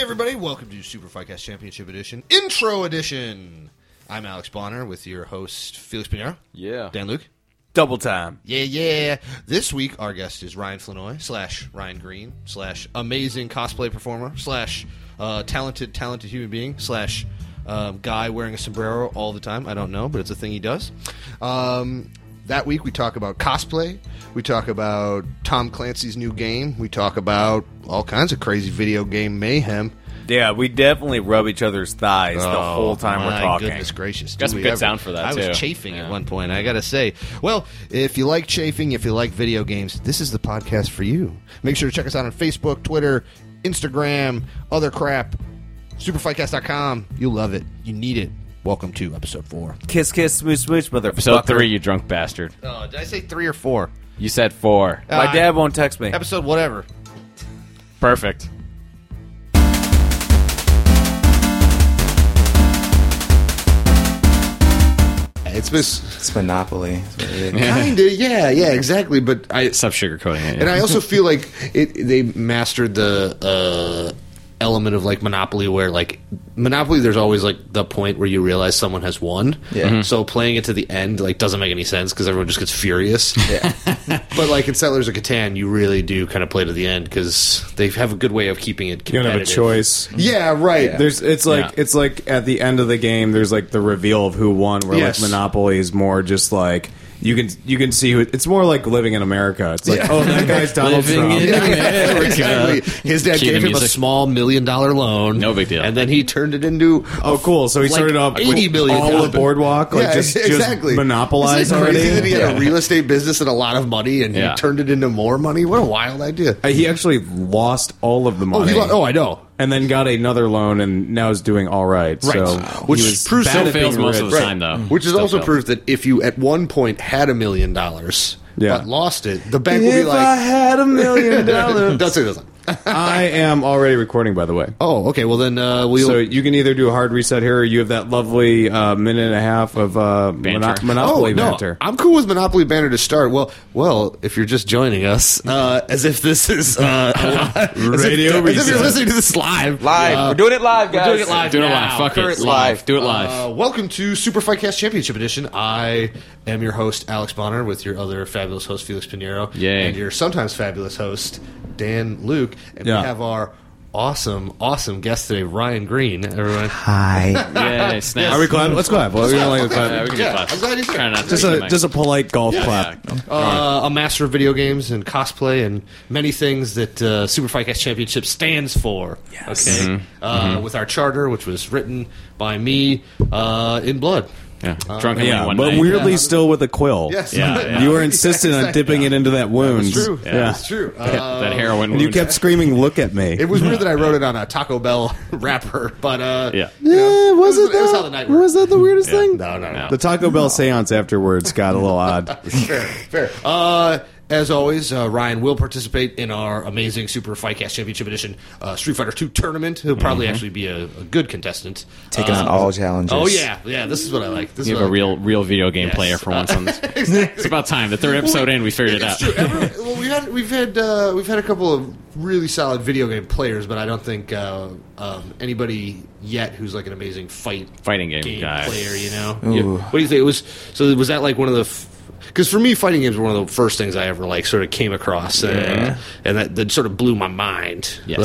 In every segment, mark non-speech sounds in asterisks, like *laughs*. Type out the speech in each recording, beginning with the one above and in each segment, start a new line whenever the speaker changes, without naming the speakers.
everybody. Welcome to Super Fightcast Championship Edition, Intro Edition. I'm Alex Bonner with your host Felix Pinero,
Yeah.
Dan Luke.
Double time.
Yeah, yeah. This week, our guest is Ryan Flanoy slash Ryan Green slash amazing cosplay performer slash uh, talented, talented human being slash um, guy wearing a sombrero all the time. I don't know, but it's a thing he does. Um, that week, we talk about cosplay. We talk about Tom Clancy's new game. We talk about all kinds of crazy video game mayhem.
Yeah, we definitely rub each other's thighs the
Oh,
whole time we're
my
talking.
Goodness gracious!
Got
do
some
we
good sound for that,
I
too.
was chafing at
Yeah.
one point. I gotta say. Well, if you like chafing, if you like video games, this is the podcast for you. Make sure to check us out on Facebook, Twitter, Instagram, other crap. Superfightcast.com. You'll love it. You need it. Welcome to episode four.
Kiss, kiss, smooch, smooch, motherfucker.
Episode three, you drunk bastard.
Oh, did I say three or four?
You said four.
Uh,
My dad won't text me.
Episode whatever.
Perfect.
It's this
It's Monopoly.
kinda, *laughs* yeah, yeah, exactly. But I
Stop sugarcoating it.
And I also feel like it, they mastered the uh, element of like Monopoly, where like Monopoly, there's always like the point where you realize someone has won.
Yeah. Mhm.
So playing it to the end like doesn't make any sense because everyone just gets furious. Yeah. *laughs* but like in Settlers of Catan, you really do kind of play to the end because they have a good way of keeping it.
You don't have a
competitive.
choice.
Yeah, right.
There's it's like
Yeah.
it's like at the end of the game there's like the reveal of who won where
Yes.
like Monopoly is more just like you can you can see who it's more like living in America. It's like,
Yeah.
oh that guy's Donald
Living
Trump.
*laughs*
in-
Yeah, exactly. His dad
Cue the
gave him a
music.
small million dollar loan.
No big deal.
And then he turned it into
Oh cool. So he
Like
started off with
80 million
all the
dollars.
boardwalk,
*laughs*
like just, just monopolized
Isn't it crazy
already.
that he had
Yeah.
a real estate business and a lot of money, and
Yeah.
he turned it into more money. What a wild idea!
Uh, he actually lost all of the
Oh,
money.
he, lo- oh, I know.
and then got another loan and now is doing all right.
Right.
So
Wow.
he
Which
was
proves
bad
still
at
fails
being
most of
rich.
the time, though.
Which is
Still
also
fails.
proof that if you at one point had a million dollars
Yeah.
but lost it, the bank would be like,
had
*laughs*
a million
"That's it." Doesn't.
I am already recording, by the way.
*laughs* Oh, okay. Well, then uh, we'll.
So you can either do a hard reset here, or you have that lovely uh, minute and a half of uh, mono-
Banter.
monopoly
oh no,
banter.
I'm cool with Monopoly banner to start. Well, well, if you're just joining us, uh, as if this is uh, *laughs* as
Radio
if, as if you're
reset.
listening to this live,
*laughs* Live.
Uh,
we're doing it live, guys.
doing it live
Do it
now.
live. Fuck it.
Current
Live.
live.
Do it live.
Uh, welcome to Super Fight Cast Championship Edition. I am your host, Alex Bonner, with your other fabulous host, Felix Pinheiro,
Yay.
and your sometimes fabulous host, Dan Luke. And
Yeah.
we have our awesome, awesome guest today, Ryan Green. Everyone, Uh,
Hi.
*laughs*
yeah, snap.
Are we clap? Let's clap. Well, *laughs* we don't like to clap.
Yeah, we can
Yeah,
do claps.
I'm glad he's here.
Try not to
Just
take the
a
mic.
just a polite golf clap.
uh, a master of video games and cosplay and many things that uh, Super Fight Cast Championship stands for. Okay,
Mm-hmm.
Uh, with our charter, which was written by me uh, in blood.
yeah. drunk
Uh, Yeah,
one
but
night.
weirdly, still with a quill.
Yes,
Yeah,
*laughs*
yeah.
You were insistent on dipping it into that wound.
It's true.
*laughs* Yeah.
It's true. Uh,
that heroin.
And you
wound.
kept screaming, "Look at me."
It was weird that I wrote it on a Taco Bell *laughs* wrapper, but uh,
Yeah.
you know,
Eh, was it?
It was
that-
how the night
was
worked.
that the weirdest thing?
No, no, no.
The Taco Bell seance afterwards got a little
*laughs*
odd.
*laughs* fair, fair. Uh, as always, uh, Ryan will participate in our amazing Super Fightcast Championship Edition uh, Street Fighter Two tournament. He'll probably
Mm-hmm.
actually be a, a good contestant.
Taking
Uh,
on all challenges.
Oh yeah, yeah. This is what I like. This
You
is
have a
what I-
real, real video game
Yes.
player for once on
*laughs*
this.
Exactly.
It's about time. The third episode in, we figured it out.
It's true. Every- *laughs* well, we had we've had uh, we've had a couple of really solid video game players, but I don't think uh, um, anybody yet who's like an amazing fight
Fighting game guy.
player. You know, Yeah. what do you think? It was so. Was that like one of the? Because for me, fighting games were one of the first things I ever like sort of came across, and, and that, that sort of blew my mind.
Yes.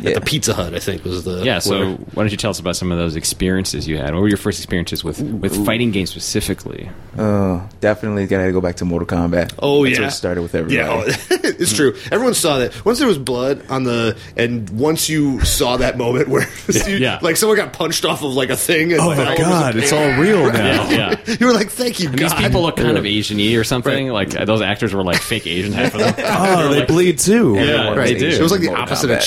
Like at the Pizza Hut, I think was the
Yeah, so
where-
why don't you tell us about some of those experiences you had? What were your first experiences with, with fighting games specifically?
Oh, definitely gotta go back to Mortal Kombat.
Oh
That's
yeah,
where it started with everybody.
Yeah, oh, *laughs* it's true. Everyone saw that. Once there was blood on the, and once you saw that moment where, *laughs* you-
yeah.
like someone got punched off of like a thing. And
Oh my God! It's all real now.
Yeah.
*laughs* You were like, "Thank you,
These
God."
people look kind of Asian-y or something. Like uh, those actors were like fake Asian half of them.
*laughs* Oh, they
like-
bleed too.
Yeah,
Right.
they do.
It was like the
Mortal
opposite
Kombat.
of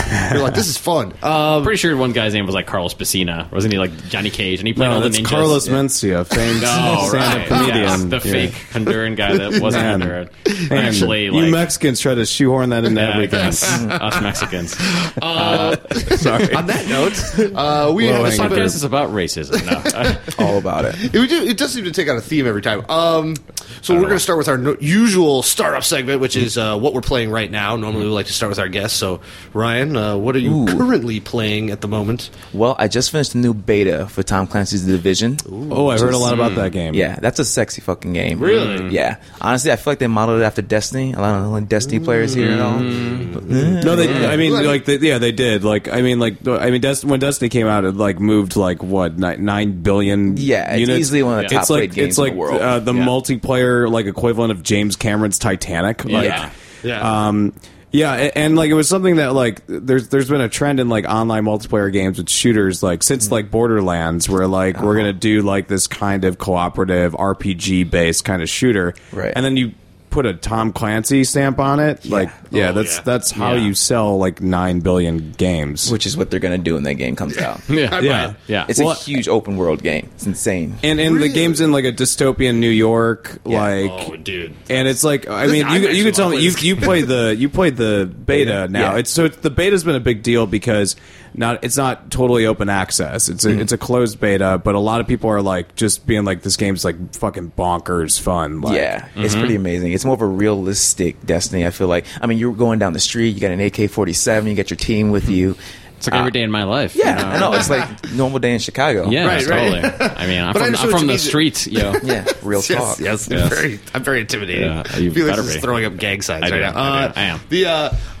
church. *laughs* You're like, "This is fun." Um,
I'm pretty sure one guy's name was like Carlos Pacina, wasn't he? Like Johnny Cage, and he played
No,
all Oh, the
that's
ninjas.
Carlos Mencia, famed
Oh,
stand-up
right.
comedian.
Yes, the
Yeah.
fake Honduran guy that wasn't
Man.
Honduran.
Man,
Actually,
you
like
Mexicans try to shoehorn that into
*laughs* yeah, I
everything.
guess. us Mexicans.
Sorry.
on that note, uh, we
Low
Oh,
have a
hanging
sort of-
Podcast is about racism. No.
All about it.
*laughs* It, would do- it does seem to take on a theme every time. Uh, Um, so we're going to start with our no- usual startup segment, which is uh, what we're playing right now. Normally, we like to start with our guests. So, Ryan, uh, what are you
Ooh.
currently playing at the moment?
Well, I just finished the new beta for Tom Clancy's The Division.
Oh, I heard a lot about that game.
Yeah, that's a sexy fucking game. Mm-hmm.
Really? Mm.
Yeah. Honestly, I feel like they modeled it after Destiny. A lot of the Destiny players here and
Mm.
all.
No, they. I mean, like, they, yeah, they did. Like, I mean, like, I mean, Dest- when Destiny came out, it like moved like what nine, nine billion.
Yeah, it's
units.
easily one of the
It's
top-rated
like
games
it's
in
like
the world.
Uh, the multiplayer like equivalent of James Cameron's Titanic. Like,
Yeah.
Yeah.
Um, yeah, a- and like it was something that like there's there's been a trend in like online multiplayer games with shooters like since like Borderlands where like we're
Uh-huh.
gonna do like this kind of cooperative RPG based kind of shooter,
Right.
And then you put a Tom Clancy stamp on it, like yeah,
Oh,
that's
yeah.
that's how
Yeah.
you sell like nine billion games.
Which is what they're going to do when that
*laughs*
game comes out.
*laughs* Yeah.
yeah,
Yeah.
It's a
Well-
huge open world game. It's insane.
and and the game's in like a dystopian New York, like
oh, dude.
And it's like I mean
I
you
actually
you could tell
wanna
me
play
you
this
you played
*laughs*
the you played the beta now
Yeah.
it's so it's, the beta's been a big deal because not it's not totally open access it's a,
Mm.
it's a closed beta but a lot of people are like just being like this game's like fucking bonkers fun like,
yeah, it's
mm-hmm.
pretty amazing. It's more of a realistic Destiny. I feel like. I mean, you're going down the street. You got an AK-47. You got your team with you.
Mm-hmm. It's
Uh,
like every day in my life.
Yeah, I know. It's like normal day in Chicago.
*laughs* Yeah,
Right, right.
totally. I mean, I'm
But I
from,
just want
I'm from
to
the
be the-
streets, yo.
yeah, real talk.
Yes, yes, I'm
Yes.
very, I'm very intimidated.
Yeah, you
Felix
better
is
be.
throwing up gang signs
I
right
do,
now.
I
Uh,
do. I am.
The uh,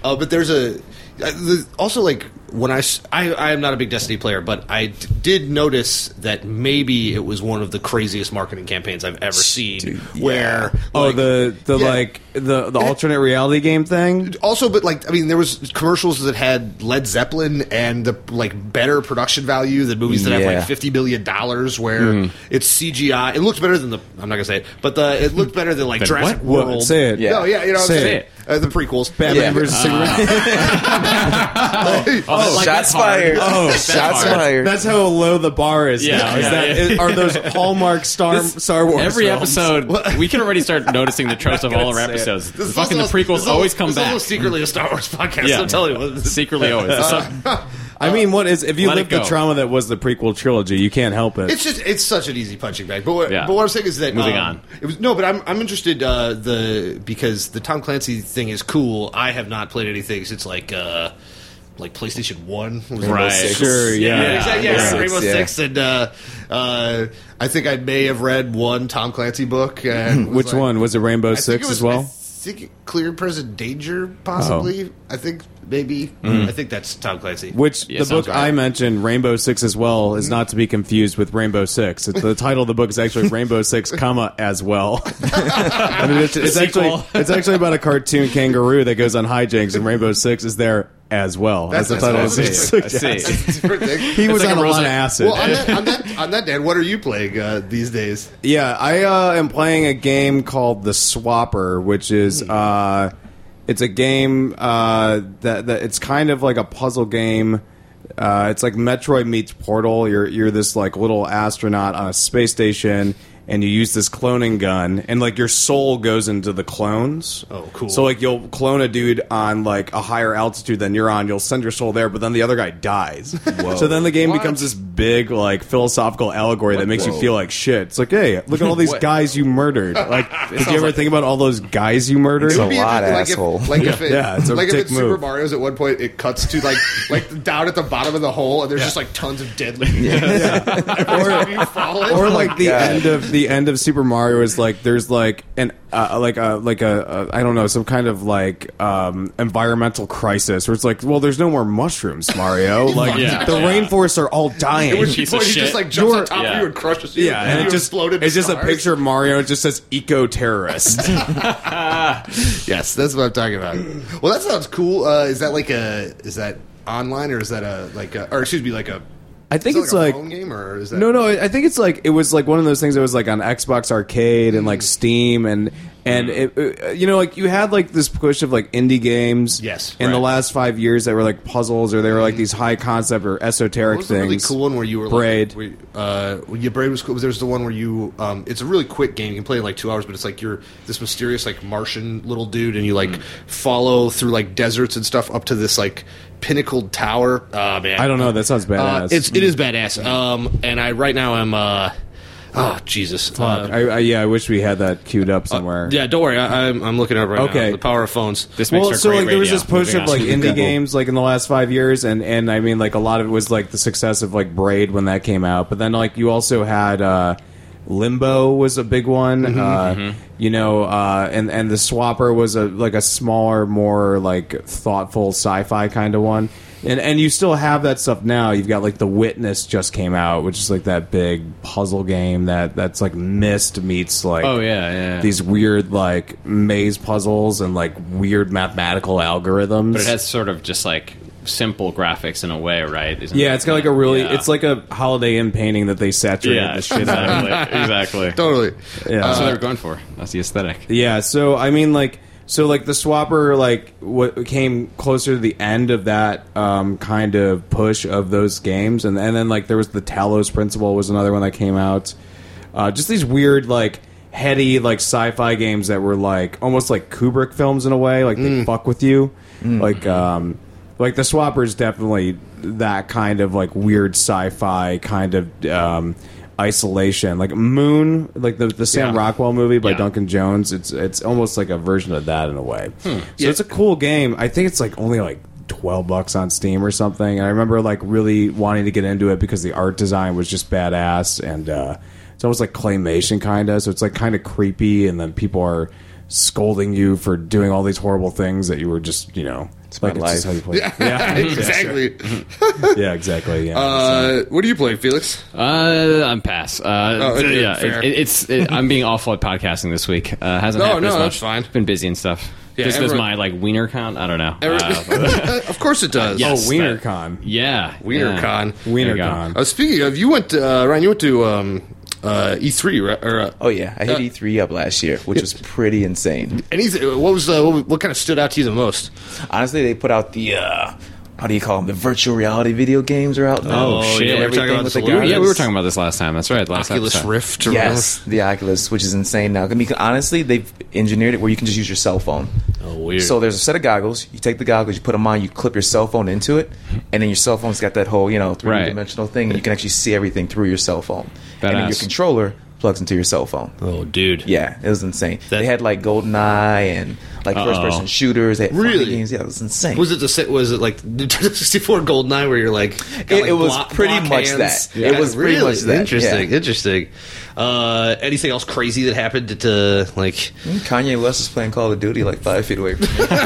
uh, but there's a uh, the, also like when I, s- I I am not a big Destiny player, but I d- did notice that maybe it was one of the craziest marketing campaigns I've ever seen. Where
oh
like,
the the
yeah.
like the the alternate reality game thing
also, but like I mean, there was commercials that had Led Zeppelin and the like better production value than movies that have
Yeah.
like fifty million dollars, where it's CGI. It looked better than the I'm not gonna say it, but the it looked better than like
Than
Jurassic
what?
World.
What? Say it.
Yeah. No, yeah, you know what
Say
I'm saying.
it.
Uh, the prequels.
Batman
Yeah. Uh.
versus Superman. *laughs*
*laughs*
Oh,
Shots
like, that's hard.
fired. *laughs*
Oh,
Shots
hard.
fired.
that's how low the bar is
Yeah,
now. Is
yeah,
that-
yeah.
is- are
*laughs*
those hallmark star Star Wars
Every
films?
episode, we can already start noticing the tropes of all our episodes.
*laughs* This is
Fucking
also-
the prequels
this is also-
always come
this is
back.
also secretly a Star Wars podcast.
yeah,
I'm telling you.
secretly always. The sub-
I mean, what is if you
Let it
live the
go.
trauma that was the prequel trilogy, you can't help it.
It's just it's such an easy punching bag. But what,
Yeah.
but what I'm saying is that
Moving
um,
on.
It was no, but I'm I'm interested uh, the because the Tom Clancy thing is cool. I have not played anything since like uh, like PlayStation One, was the
Right.
most-
Sure, yeah.
yeah, exactly, yeah,
Yeah.
Rainbow
Yeah.
Six, and uh, uh, I think I may have read one Tom Clancy book. And was
*laughs* Which
like-
one was it? Rainbow
I think
Six
it was-
as
I
well. Oh.
think it- Clear Present Danger, possibly. I think maybe.
Mm.
I think that's Tom Clancy.
Which
Yeah,
the
sounds
book
right.
I mentioned, Rainbow Six as well,
Mm-hmm.
is not to be confused with Rainbow Six. It's, the title of the book is actually
*laughs*
Rainbow Six, comma as well. *laughs* I mean, it's, it's actually
sequel.
*laughs* it's actually about a cartoon kangaroo that goes on hijinks, and Rainbow Six is there as well.
That's-
as the title
*laughs* that's what I
is-
see. I see.
suggests.
It's a different thing.
*laughs* He was
like
on a
a
lot
Rosa-
of acid.
Well, on
*laughs*
that, on that, on that, Dan, what are you playing uh, these days?
Yeah, I uh, am playing a game called The Swapper, which is
Hmm.
uh, it's a game uh, that, that it's kind of like a puzzle game. Uh, it's like Metroid meets Portal. You're you're this like little astronaut on a space station, and you use this cloning gun, and like your soul goes into the clones.
Oh, cool.
So like you'll clone a dude on like a higher altitude than you're on. You'll send your soul there, but then the other guy dies.
*laughs*
So then the game becomes this big like philosophical allegory that makes you
Whoa.
feel like shit. It's like, hey, look at all these
What?
guys you murdered. Like, did you
sounds
ever
like-
think about all those guys you murdered?
It's a lot,
interesting,
asshole.
Like if, like if it,
Yeah, it's a
like if
dick
it's Super
move.
Mario's at one point, it cuts to
*laughs*
like like down at the bottom of the hole, and there's just like tons of dead leaves. *laughs* Every time you fall in,
or like the
God.
end of the end of Super Mario is like there's like an uh, like a like a, a I don't know some kind of like um, environmental crisis where it's like well there's no more mushrooms Mario like
Yeah.
the
Yeah.
rainforests are all dying
which
piece
point
of
he just
shit.
like jumps on
You're-
top of
yeah.
you and crushes you.
yeah and,
you
it just
exploded.
it's just a
stars.
picture of Mario it just says eco terrorist
Yes, that's what I'm talking about. *clears throat* Well, that sounds cool. Uh, is that like a is that online or is that a like a or excuse me like a
*laughs* I think
is that
it's
a
like-
phone game or is that
No, no. I I think it's like it was like one of those things that was like on Xbox Arcade and like
Mm.
Steam and and it, uh, you know like you had like this push of like indie games.
Yes,
In the
right. Mm.
last five years, that were like puzzles or they were like these high concept or esoteric
What was the
things.
really cool one where you were
Braid.
Like, where you- uh, well, yeah, braid was cool. There's the one where you. Um, it's a really quick game. You can play it in like two hours, but it's like you're this mysterious like Martian little dude, and you
Hmm.
like follow through like deserts and stuff up to this like pinnacled tower. Oh man,
I don't know. That sounds badass.
uh, it's it is badass. Um, and I right now I'm uh, Oh Jesus! Uh,
I, I, yeah, I wish we had that queued up somewhere.
yeah, don't worry. I, I'm, I'm looking it up right now.
Okay.
The power of phones.
This makes
Well,
for
so
great
like there was
radio.
this push
Moving
of like
on.
indie
Google.
games like in the last five years, and and I mean like a lot of it was like the success of like Braid when that came out, but then like you also had uh, Limbo was a big one, uh, you know, uh, and and the Swapper was a like a smaller, more like thoughtful sci-fi kind of one, and and you still have that stuff now. You've got like The Witness just came out, which is like that big puzzle game that that's like Mist meets like
Oh, yeah, yeah.
these weird like maze puzzles and like weird mathematical algorithms.
But it has sort of just like simple graphics in a way, right? Isn't
yeah,
it?
it's got like a really
Yeah.
it's like a Holiday Inn painting that they saturated
yeah,
the shit out.
*laughs*
of.
exactly. exactly.
Totally. Uh,
Yeah.
That's what they were going for. That's the aesthetic.
Yeah, so I mean, like, so like the swapper, like what came closer to the end of that um, kind of push of those games, and and then like there was the Talos Principle was another one that came out. Uh, just these weird like heady like sci-fi games that were like almost like Kubrick films in a way, like they
Mm.
fuck with you, like um, like the swapper is definitely that kind of like weird sci-fi kind of. Um, isolation like moon like the, the sam
Yeah.
rockwell movie by
Yeah.
duncan Duncan Jones. It's it's almost like a version of that in a way. So it's a cool game. I think it's like only like twelve bucks on Steam or something. And I remember like really wanting to get into it because the art design was just badass and uh, it's almost like claymation kind of. So it's like kind of creepy, and then people are scolding you for doing all these horrible things that you were just you know. It's
my
like It's just
life.
how you
*laughs*
play. Yeah. *laughs*
exactly.
yeah, exactly. Yeah.
Uh, what do you play, Felix?
Uh, I'm pass. Uh,
Oh, okay,
yeah,
fair.
it, it, it's it, I'm being awful at podcasting this week. Uh, hasn't
No,
happened
no,
as much.
that's fine.
Been busy and stuff.
Yeah,
this does
everyone-
my like wiener count. I don't know. Uh,
*laughs* of course it does.
yes,
oh, Wiener
that-
Con.
yeah,
Wiener
yeah.
Con.
Wiener
you go.
Con.
Uh, speaking of, you went to, uh, Ryan. You went to um, uh, E3, right? Or, uh,
Oh yeah, I hit E3 up llast year, which was pretty insane.
and he's, what was uh, what, what kind of stood out to you the most?
Honestly, they put out the uh, how do you call them? The virtual reality video games are out now.
Oh, shit.
And
Yeah, we were
talking about
everything with
this
the
a little
guys.
bit.
Yeah, we were talking about this last time. That's right. Last
Oculus
episode.
Rift. Or
Yes, the Oculus, which is insane now. I mean, honestly, they've engineered it where you can just use your cell phone.
Oh, weird.
So there's a set of goggles. You take the goggles, you put them on, you clip your cell phone into it, and then your cell phone's got that whole you know three dimensional thing. And you can actually see everything through your cell phone, and then your
Badass.
controller plugs into your cell phone.
whatever. Oh, dude.
Yeah, it was insane.
That-
they had like GoldenEye and like first person shooters. They had fun
Really?
games. Yeah, it was insane.
Was it the sa- was it like *laughs* the 64 Goldeneye where you're like got,
It-
like,
it was pretty much
hands?
that. It was pretty
really
much that,
interesting.
yeah.
Interesting. Uh, anything else crazy that happened to, to like
Kanye West is playing Call of Duty like five feet
*laughs*
away from me.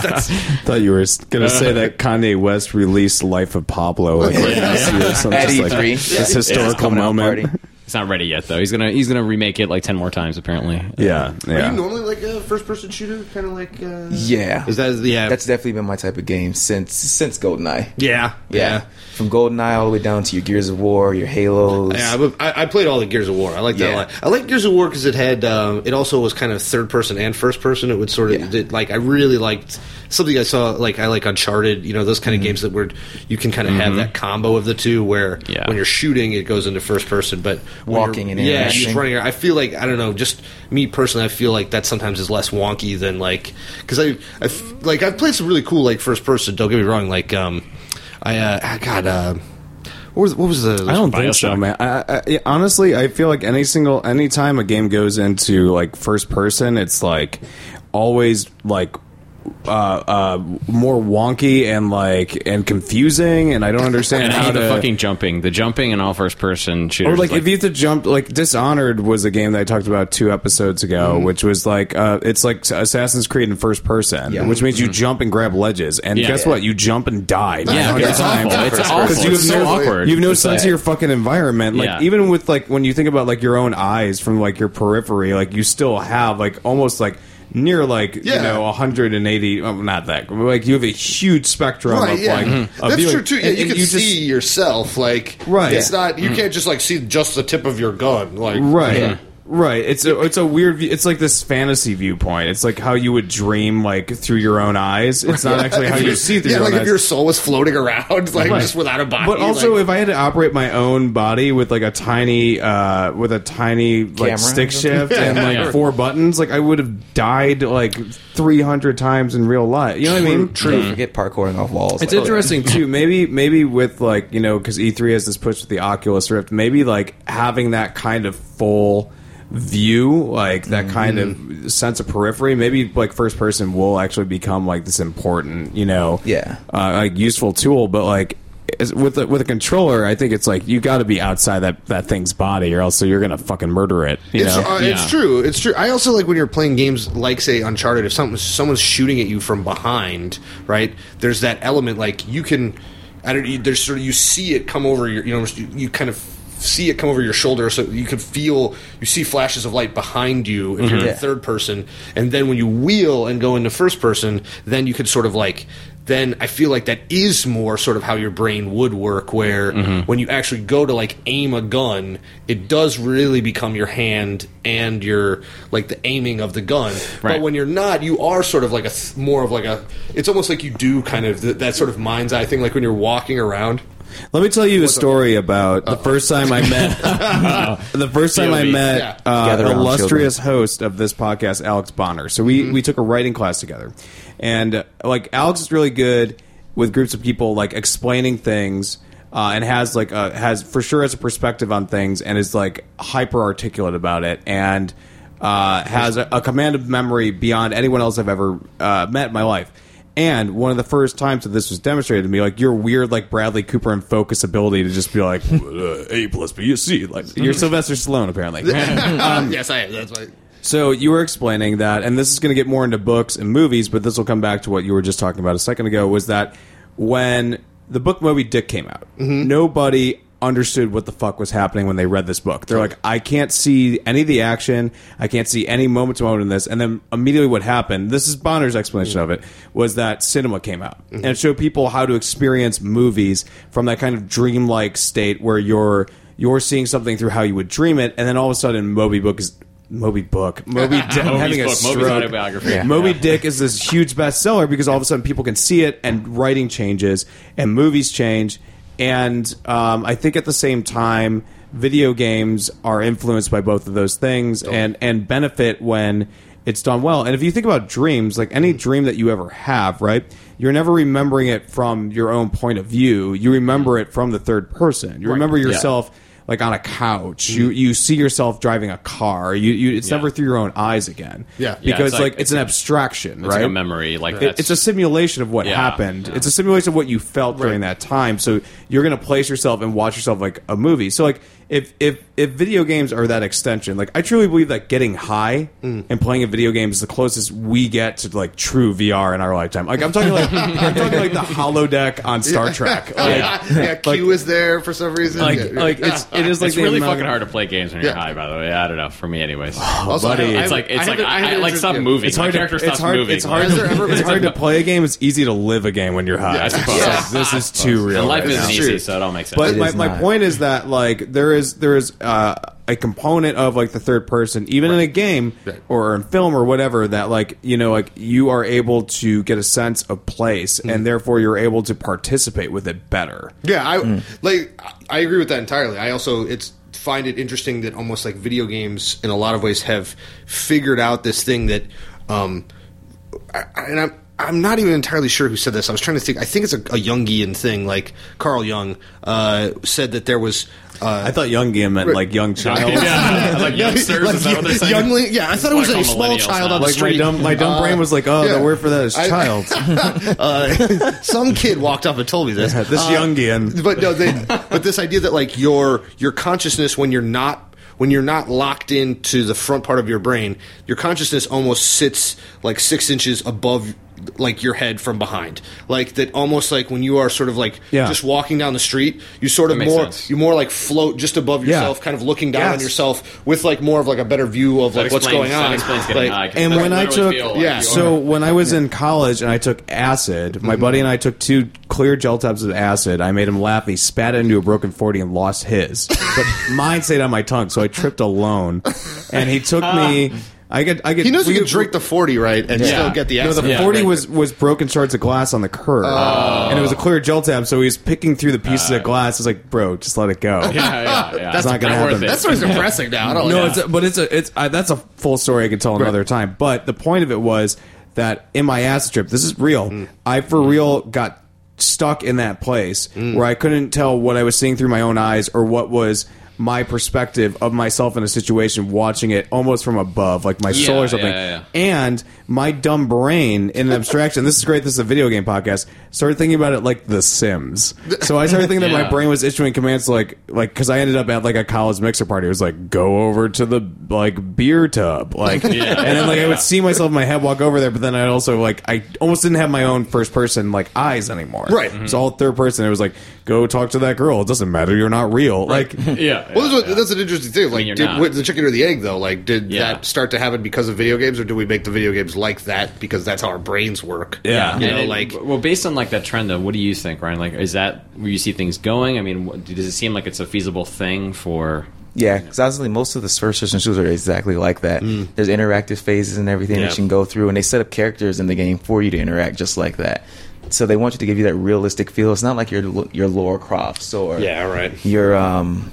thought you were going to
Uh-huh.
say that Kanye West released Life of Pablo like, right this year or something.
At E
Just like
E3.
this historical
Coming out
moment.
party.
It's not ready yet though. He's gonna he's gonna remake it like ten more times apparently.
Yeah,
Are you
yeah.
normally like a first person shooter kind of like uh,
Yeah,
Is that yeah?
that's definitely been my type of game since since GoldenEye.
yeah,
Yeah. From GoldenEye all the way down to your Gears of War, your Halos.
Yeah, I- I, I played all the Gears of War. I like that
Yeah.
a lot. I like Gears of War because it had um, it also was kind of third person and first person. It would sort of
Yeah.
it, like I really liked something I saw like I like Uncharted. You know those kind of
Mm-hmm.
games that were you can kind of have that combo of the two where
Yeah.
when you're shooting it goes into first person, but when
Walking
you're-
and
yeah, just
interacting.
running. around. I feel like I don't know. Just me personally, I feel like that sometimes is less wonky than like because I I f- like I've played some really cool like first person. Don't get me wrong. Like um, I uh, I got uh, what was what was the
I don't think so,
Bioshock.
man. I, I, yeah, honestly, I feel like any single any time a game goes into like first person, it's like always like uh, uh, more wonky and like and confusing, and I don't understand
And I
how
hate
to
the fucking jumping. The jumping and all first person shooters.
Or like,
like-
if you have to jump, like Dishonored was a game that I talked about two episodes
Mm-hmm.
ago, which was like uh, it's like Assassin's Creed in first person,
Yeah.
which means you jump and grab ledges, and
Mm-hmm. Yeah.
guess what? You jump and die.
Yeah,
900
it's
times.
awful. It's
*laughs* 'Cause
awful.
You have
It's so
no,
awkward.
You have no
It's
sense
like-
of your fucking environment. Like
Yeah.
even with like when you think about like your own eyes from like your periphery, like you still have like almost like. Near like you
Yeah.
know 180, well, not that like you have a huge spectrum of Hmm. like
Mm-hmm.
of
That's
viewing.
true too. Yeah,
And-
you
and
can
just-
see yourself. Like
Right.
it's
Yeah. Hmm.
not you can't just like see just the tip of your gun. Like
right
Yeah.
Right. It's a, it's a weird view. It's like this fantasy viewpoint. It's like how you would dream like through your own eyes. It's not actually how you see through
yeah,
your
like
own
if
eyes.
your soul was floating around, *laughs* like
Right.
just without a body.
But also,
like,
if I had to operate my own body with like a tiny, uh, with a tiny
Camera?
like stick shift and like
Yeah.
four buttons, like I would have died like three hundred times in real life. You know what I mean?
True. Forget parkouring off walls.
It's
Like,
interesting too. Maybe maybe with like you know because E three has this push with the Oculus Rift. Maybe like having that kind of full view, like that kind of sense of periphery. Maybe like first person will actually become like this important, you know,
Yeah.
uh, like useful tool. But like is- with a, with a controller, I think it's like you got to be outside that that thing's body, or else you're gonna fucking murder it. You
It's,
know,
uh, it's true. It's true. I also like when you're playing games like, say, Uncharted. If something, someone's shooting at you from behind, right? There's that element like you can, I don't. you- There's sort of you see it come over your, you know, you, you kind of see it come over your shoulder, so you can feel you see flashes of light behind you if you're
Mm-hmm.
in
Yeah.
third person, and then when you wheel and go into first person, then you could sort of like. Then I feel like that is more sort of how your brain would work, where
Mm-hmm.
when you actually go to like aim a gun, it does really become your hand and your like the aiming of the gun. But
Right.
when you're not, you are sort of like a th- more of like a. It's almost like you do kind of th- that sort of mind's eye thing, like when you're walking around.
Let me tell you a story about the first time I
*laughs*
met the first time I
POV.
met
Yeah.
uh,
Gather round,
illustrious host of this podcast, Alex Bonner. So we we took a writing class together, and uh, like Alex is really good with groups of people, like explaining things. Uh, and has like a, has for sure has a perspective on things and is like hyper articulate about it and uh, has a, a command of memory beyond anyone else I've ever uh, met in my life. And one of the first times that this was demonstrated to me, like your weird, like Bradley Cooper and focus ability to just be like *laughs* uh, A plus B is C, like you're Sylvester Stallone apparently.
*laughs* yes, I am. That's why.
so you were explaining that, and this is going to get more into books and movies, but this will come back to what you were just talking about a second ago. Was that when the book Moby Dick came out, nobody understood what the fuck was happening when they read this book. They're like, I can't see any of the action. I can't see any moment to moment in this. And then immediately what happened, this is Bonner's explanation of it, was that cinema came out and it showed people how to experience movies from that kind of dreamlike state where you're you're seeing something through how you would dream it, and then all of a sudden Moby Book is Moby Book.
*laughs*
Moby Dick
Moby's
having a
book, Moby's
stroke.
autobiography.
Yeah.
Moby Dick is this huge bestseller because all of a sudden people can see it, and writing changes, and movies change, and um, I think at the same time, video games are influenced by both of those things, and and benefit when it's done well. And if you think about dreams, like any dream that you ever have, right? You're never remembering it from your own point of view. You remember it from the third person. You remember yourself like on a couch. You you see yourself driving a car. You, you it's never through your own eyes again.
Yeah. Yeah,
Because
it's
like,
like-
it's an abstraction,
It's
right?
like a memory. Like
It-
that's
it's a simulation of what
Yeah.
happened. It's a simulation of what you felt during that time. So you're going to place yourself and watch yourself like a movie. So like if if if video games are that extension, like I truly believe that getting high
Mm.
and playing a video game is the closest we get to like true VR in our lifetime. Like I'm talking
*laughs*
like I'm talking like the holodeck on Star Trek. Like,
yeah, *laughs* yeah,
like-
Q is there for some reason.
like,
Yeah.
like it's it is like
It's
the
really
amount-
fucking hard to play games when you're
Yeah.
high. By the way, I don't know. For me, anyways,
Also, I- I-
it's like
I
it's like
haven't- I
I,
haven't
like
inter-
stop
yeah.
moving.
It's hard.
My character
To, it's
stops
hard.
moving.
It's hard.
Has there ever
To,
been-
it's hard to play a game. It's easy to live a game when you're high.
I suppose.
It's like, this is too real.
And life
right
isn't
now.
easy, so it all makes sense.
But
It
my,
is
my
not.
point is that like there is there is uh, a component of like the third person, even in a game
Right.
or in film or whatever, that like you know like you are able to get a sense of place,
Mm.
and therefore you're able to participate with it better.
Yeah, I like I- I agree with that entirely. I also it's find it interesting that almost like video games in a lot of ways have figured out this thing that um I, I- and I'm I'm not even entirely sure who said this. I was trying to think. I think it's a, a Jungian thing. Like Carl Jung uh, said that there was uh,
I thought Jungian meant like
*laughs*
young child.
*laughs*
*laughs*
yeah, I'm like youngsters. is that what they're saying?
Youngling, yeah, I thought it was
Like
a
all
small
millennials
child
now.
on the
Like my
street.
dumb my dumb
Uh,
brain was like, oh,
yeah.
the word for that is
I-
child.
*laughs* uh, some kid walked up and told me this.
*laughs* this
Uh,
Jungian.
but no, they, but this idea that like your your consciousness when you're not when you're not locked into the front part of your brain, your consciousness almost sits like six inches above like your head from behind, like that almost like when you are sort of like
Yeah.
just walking down the street, you sort of
makes
more
sense.
you more like float just above
Yeah.
yourself, kind of looking down on
Yes.
yourself with like more of like a better view of
That
like what's
explains-
going on.
That explains getting
Like,
high, 'cause
And
you Mm-hmm.
when I
literally
took-
feel like
yeah,
you
So when I was in college and I took acid, my buddy and I took two clear gel tabs of acid. I made him laugh. He spat it into a broken 40 and lost his.
*laughs*
But mine stayed on my tongue, so I tripped alone. And he took me.
Ah.
I get. I get.
He knows you
we-
can drink the forty right and still get the
no,
acid.
the
Yeah. Oh.
40 was, was broken shards of glass on the curb. And it was a clear gel tab, so he was picking through the pieces
Ah.
of glass. It's like, bro, just let it go.
Yeah, yeah, yeah.
That's not gonna happen.
That *laughs* story's depressing now. I don't
No,
know.
it's a, but it's a it's I, that's a full story I could tell another time. But the point of it was that in my acid trip, this is real.
Mm.
I for real got stuck in that place
Mm.
where I couldn't tell what I was seeing through my own eyes or what was my perspective of myself in a situation watching it almost from above like my soul or
yeah,
something
yeah.
and my dumb brain in an abstraction this is great this is a video game podcast started thinking about it like the sims so i started thinking
*laughs*
that my
Yeah.
brain was issuing commands like like because i ended up at like a college mixer party it was like go over to the like beer tub
*laughs*
like and then like i would see myself in my head walk over there but then i also like i almost didn't have my own first person like eyes anymore
Right.
it's all third person it was like go talk to that girl it doesn't matter you're not real
*laughs*
like
yeah.
Well, that's, what, that's an interesting thing. Like,
you're
did,
not.
what- the chicken or the egg, though? Like, did
Yeah.
that start to happen because of video games, or do we make the video games like that because that's how our brains work?
Yeah.
you know,
And it-
like
well, based on like that trend, though, what do you think, Ryan? Like, is that where you see things going? I mean, what, does it seem like it's a feasible thing for?
Yeah, because honestly, most of the first-person shooters are exactly like that.
Mm.
There's interactive phases and everything
Yeah.
that you can go through, and they set up characters in the game for you to interact just like that. So they want you to give you that realistic feel. It's not like your your Laura Crofts or
yeah, all right.
your um,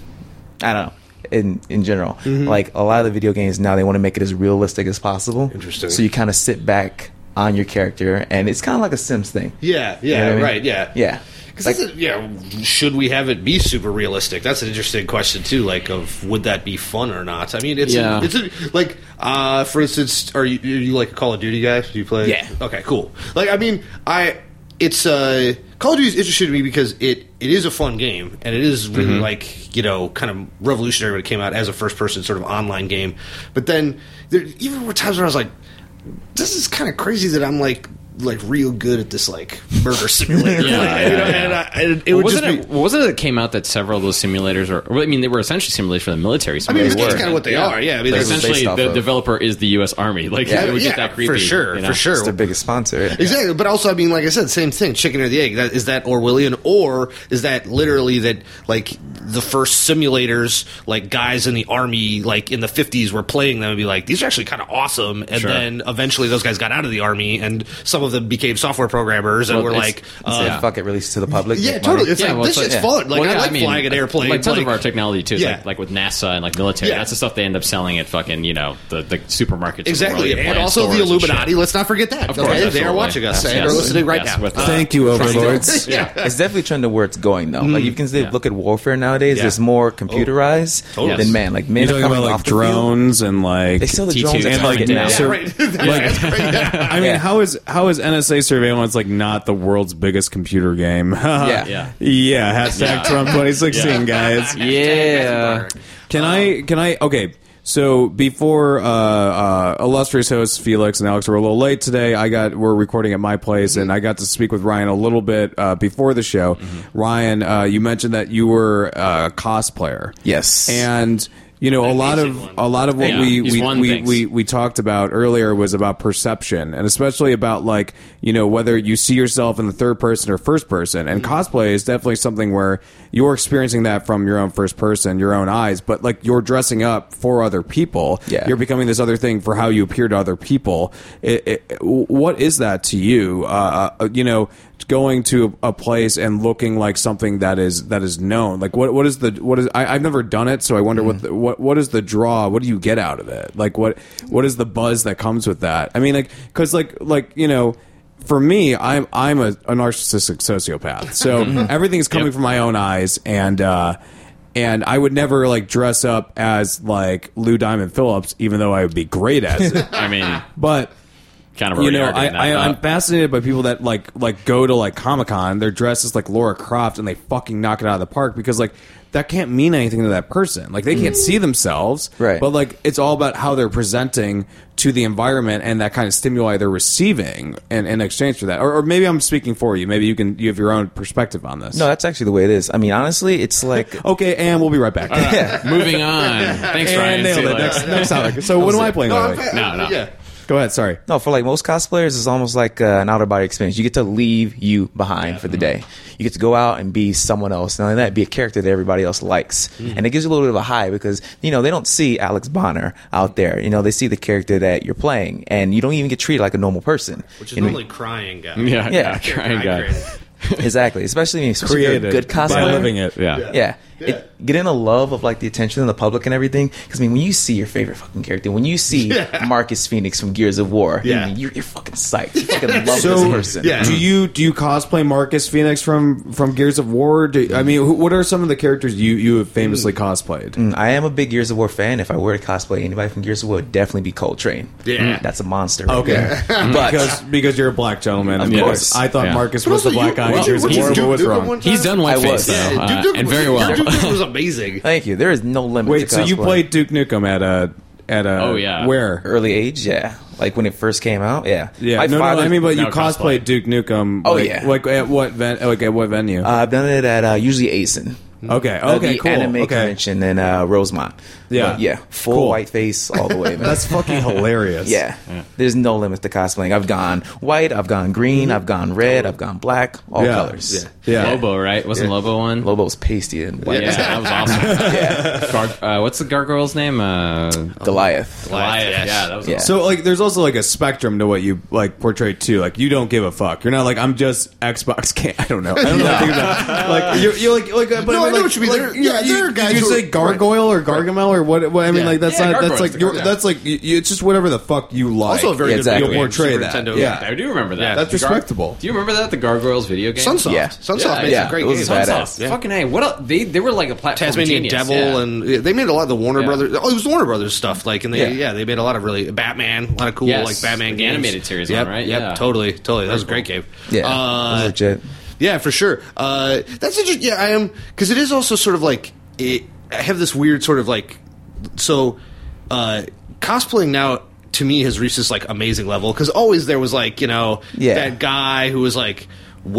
I don't know. In in general,
Mm-hmm.
like a lot of the video games now, they want to make it as realistic as possible.
Interesting.
So you kind of sit back on your character, and it's kind of like a Sims thing.
Yeah, yeah,
know what I mean?
right, yeah,
Yeah.
Because
Like-
yeah, should we have it be super realistic? That's an interesting question too. Like, of would that be fun or not? I mean, it's
Yeah.
it's a, like, uh, for instance, are you, are you like a Call of Duty guy? Do you play?
Yeah.
Okay, cool. Like, I mean, I it's uh, Call of Duty is interesting to me because it it is a fun game and it is really
Mm-hmm.
like you know kind of revolutionary when it came out as a first person sort of online game. But then there even were times where I was like, this is kind of crazy that I'm like like real good at this like murder simulator.
*laughs* Yeah,
Like,
yeah,
you know,
yeah.
and I, and it
Well,
would
wasn't
just be.
it? Wasn't it that came out that several of those simulators are? well, I mean, they were essentially simulators for the military. So
I mean,
they
it's-
were.
that's kind of what they are. Yeah, I mean,
Like,
that's-
essentially,
based off
the
of.
developer is the U.S. Army. Like,
Yeah,
it would
yeah,
get that creepy
for sure,
you know?
for sure.
It's the biggest sponsor. yeah.
Exactly, but also, I mean, like I said, same thing: chicken or the egg. That, is that Orwellian, or is that literally that like the first simulators, like guys in the army, like in the fifties, were playing them and be like, these are actually kind of awesome. And
Sure.
then eventually, those guys got out of the army, and some of them became software programmers, and
Well,
were
it's-
like,
It's like,
uh,
fuck it, release it to the public.
yeah,
make money.
totally. It's like
well,
this
it's
shit's
yeah.
fun. Like
Well,
I
yeah,
like
mean,
flying an airplane.
Like tons
like-
of our technology too, is
Yeah.
like, like with NASA and like military.
Yeah.
That's the stuff they end up selling at fucking you know the the supermarkets.
Exactly,
of the world. You
and
buy at
also the
stores and shit.
Illuminati. Let's not forget that.
Of course,
okay? they are
absolutely.
watching us and are
Absolutely.
listening right
Yes,
now.
with-
thank you overlords
yeah. it's definitely trending where it's going though. Like you can see, look at warfare nowadays. It's more computerized
Totally.
than *laughs* man. Like men
you're
are
talking
coming
about like
off the field.
drones and like
They sell the
T2s
drones
and,
at
like,
Target
now.
now.
*laughs* Yeah,
So-
right. That's great. Yeah.
I mean,
Yeah.
how is how is NSA surveillance like not the world's biggest computer game? *laughs* yeah,
Yeah.
yeah. Hashtag Trump 2016, guys.
Yeah.
Can I?
Um,
Can I? Okay. So before uh, uh, illustrious hosts Felix and Alex were a little late today, I got we're recording at my place,
Mm-hmm.
and I got to speak with Ryan a little bit uh, before the show.
Mm-hmm.
Ryan, uh, you mentioned that you were uh, a cosplayer,
Yes.
and you know a lot of a lot of what
Yeah,
we
he's
we,
won
we,
things.
we we talked about earlier was about perception, and especially about like you know whether you see yourself in the third person or first person.
Mm.
And cosplay is definitely something where you're experiencing that from your own first person, your own eyes, but like you're dressing up for other people.
Yeah.
you're becoming this other thing for how you appear to other people. It, it, what is that to you? Uh, uh, you know, going to a place and looking like something that is that is known. Like what what is the what is I, I've never done it, so I wonder what the, what what is the draw? What do you get out of it? Like what what is the buzz that comes with that? I mean, like because like like you know. For me, I'm I'm a, a narcissistic sociopath, so everything's coming from my own eyes, and uh, and I would never like dress up as like Lou Diamond Phillips, even though I would be great at it.
*laughs*
I mean,
but
kind of
you
already
know,
are doing
I,
that,
I,
uh,
I'm fascinated by people that like like go to like Comic Con. They're dressed as like Laura Croft, and they fucking knock it out of the park because like that can't mean anything to that person. Like they can't see themselves,
Mm. Right.
But like it's all about how they're presenting to the environment and that kind of stimuli they're receiving in, in exchange for that. Or, or maybe I'm speaking for you. Maybe you can you have your own perspective on this.
no, that's actually the way it is. I mean, honestly, it's like
Okay, and we'll be right back.
*laughs* yeah.
Moving on. Thanks, Ryan.
And
See
nailed
you
it.
later.
Next, next topic. So, what am I playing?
No,
by the
I'm
way?
fa-
No, no.
Yeah.
Go ahead. Sorry.
No, for like most cosplayers, it's almost like uh, an outer body experience. You get to leave you behind for the day. You get to go out and be someone else. Not only that, be a character that everybody else likes,
Mm-hmm.
and it gives you a little bit of a high because you know they don't see Alex Bonner out there. You know they see the character that you're playing, and you don't even get treated like a normal
*laughs*
person.
Which is
You know,
normally crying guy.
Yeah.
Yeah, yeah, crying guy.
exactly, especially especially if you're a
Created
good
by
cosplayer.
living it.
Yeah.
Yeah. It, get in the love of like the attention of the public and everything. Because I mean, when you see your favorite fucking character, when you see Marcus Phoenix from Gears of War,
Yeah.
I mean, you're, you're fucking psyched. You fucking love
So,
this person.
yeah.
do you do you cosplay Marcus Phoenix from from Gears of War? Do, I mean, who, what are some of the characters you you have famously cosplayed?
Mm, I am a big Gears of War fan. If I were to cosplay anybody from Gears of War, it'd definitely be Coltrane.
Yeah.
that's a monster. right
Mm. Okay.
there.
*laughs*
but
Because because you're a black gentleman, of
Of
course.
course.
I thought
Yeah.
Marcus was the black guy in
What'd you-
Gears of
what'd you
War,
do,
but what's
Duke
wrong?
one time?
He's done
I
White
was.
Face though,
Yeah,
uh,
Duke Nukem
and
was-
very well.
Duke Nukem was amazing.
thank you. There is no limit.
Wait,
to
so you
cosplay.
played Duke Nukem at a at a
Oh, yeah.
where?
early age? Yeah, like when it first came out. Yeah,
Yeah,
My
no,
father-
no, I mean, but you
No,
cosplayed Duke Nukem.
Oh,
like,
yeah.
like at what ven- like at what venue?
uh, I've done it at uh, usually ASIN.
okay,
uh,
okay,
the
cool.
anime
okay,
convention in uh, Rosemont.
Yeah.
But yeah, full
Cool.
white face all
*laughs*
the way, man.
that's fucking hilarious.
yeah. There's no limits to cosplaying. I've gone white, I've gone green, I've gone red, I've gone black, all
Yeah.
colors.
yeah.
Lobo, right? Wasn't Lobo one?
Lobo's pasty and white.
Yeah, that was *laughs* awesome. Gar- uh, what's the gargoyle's name? Uh,
Goliath.
Goliath.
yes.
Yeah, that was
Yeah.
So like, there's also like a spectrum to what you like portray too. Like, you don't give a fuck. You're not like I'm just Xbox. *laughs* Can't I don't know. I don't know. what to think
*laughs*
about. Like, you're, you're like like. But
No,
I mean,
I
like,
know what you mean.
like,
There- yeah, there are guys
You
who
say
are-
gargoyle or gargamel or what? what I mean,
Yeah.
like that's
Yeah,
not that's
gargoyle's
like
the
you're,
gargoyle.
that's like you- you- it's just whatever the fuck you like.
Also, a very
Yeah,
good
exactly.
video game,
Portray
Super
that.
Nintendo.
Yeah.
I do remember that.
that's
The gar-
respectable.
do you remember that the gargoyles video game?
Sunsoft.
Yeah.
Sunsoft
Yeah,
made
yeah,
some great
it was
games.
badass.
Sunsoft. Fucking a. What else? they they were like a platform
*laughs* Tasmanian
genius,
Devil,
yeah.
and yeah, they made a lot of the Warner
Yeah.
Brothers. Oh, it was Warner Brothers stuff. Like, and they yeah,
Yeah.
they made a lot of really Batman, a lot of cool
Yes,
like Batman
the
games,
animated series
Yep,
one, right?
Yep,
Yeah.
totally, totally. That was a great game.
Yeah.
Uh,
Those are legit.
yeah, for sure. Uh, that's interesting. Yeah, I am because it is also sort of like it. I have this weird sort of like so uh, cosplaying now to me has reached this like amazing level because always there was like you know
Yeah.
that guy who was like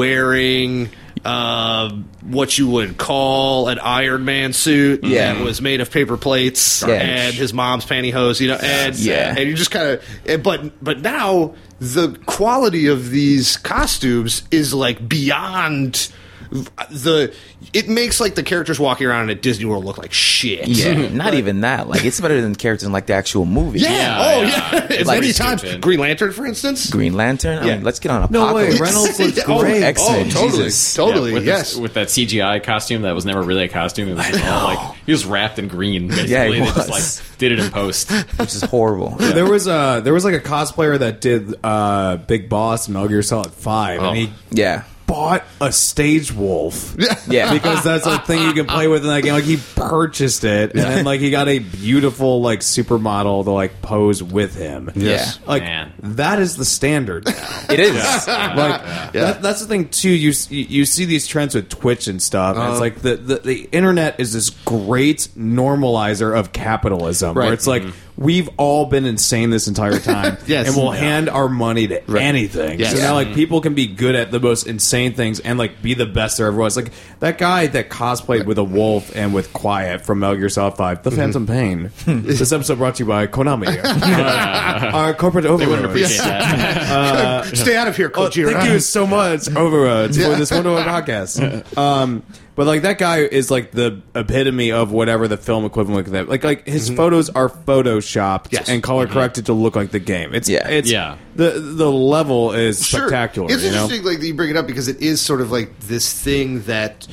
wearing. Uh, what you would call an Iron Man suit
Yeah.
that was made of paper plates
Yeah.
and his mom's pantyhose, you know, and
Yeah.
and you just kind of but but now the quality of these costumes is like beyond the it makes like the characters walking around at Disney World look like shit.
Yeah. Mm-hmm. Not even that. Like it's better than characters in like the actual movie.
Yeah. oh
yeah.
yeah. *laughs* It's
Like-
many times Green Lantern for instance.
Green Lantern. I
Yeah.
mean, let's get on a
No way,
*laughs*
Reynolds looks
oh,
great.
Oh,
X-Men,
totally.
Jesus.
Yeah,
Totally.
with
yes.
this- with that CGI costume that was never really a costume. It was just all like he was wrapped in
*laughs*
green. Basically,
Yeah, he
they just
was.
like did it in post.
which is horrible.
There was a there was like a cosplayer that did uh, Big Boss Metal Gear Solid Five, and he
Yeah.
bought a stage wolf.
Yeah.
because that's a thing you can play with in that game. Like he purchased it, and then like he got a beautiful like supermodel to like pose with him.
Yes.
like
Man.
that is the standard now.
It is.
like that, that's the thing too. You s- you- you see these trends with Twitch and stuff.
Uh-huh.
and it's like the, the the internet is this great normalizer of capitalism, where
Right. Mm-hmm.
it's like. We've all been insane this entire time,
*laughs* Yes.
and we'll
Yeah.
hand our money to anything.
Yes. Mm-hmm.
So now, like, people can be good at the most insane things and like be the best there ever was. Like that guy that cosplayed with a wolf and with Quiet from Metal Gear Solid Five,
Mm-hmm.
The Phantom
*laughs*
Pain. this episode brought to you by Konami, uh, our corporate overlords.
*laughs*
Appreciate that.
Stay out of here,
Oh,
Kojira.
thank you so much, *laughs* Overroads, uh, for this wonderful
*laughs*
podcast. Um, but like that guy is like the epitome of whatever the film equivalent of that. Like like his photos are photoshopped
Mm-hmm. Yes. Mm-hmm.
and color corrected to look like the game. It's
Yeah.
it's
Yeah.
the the level is
Sure.
spectacular.
It's
you know?
interesting, like that you bring it up because it is sort of like this thing that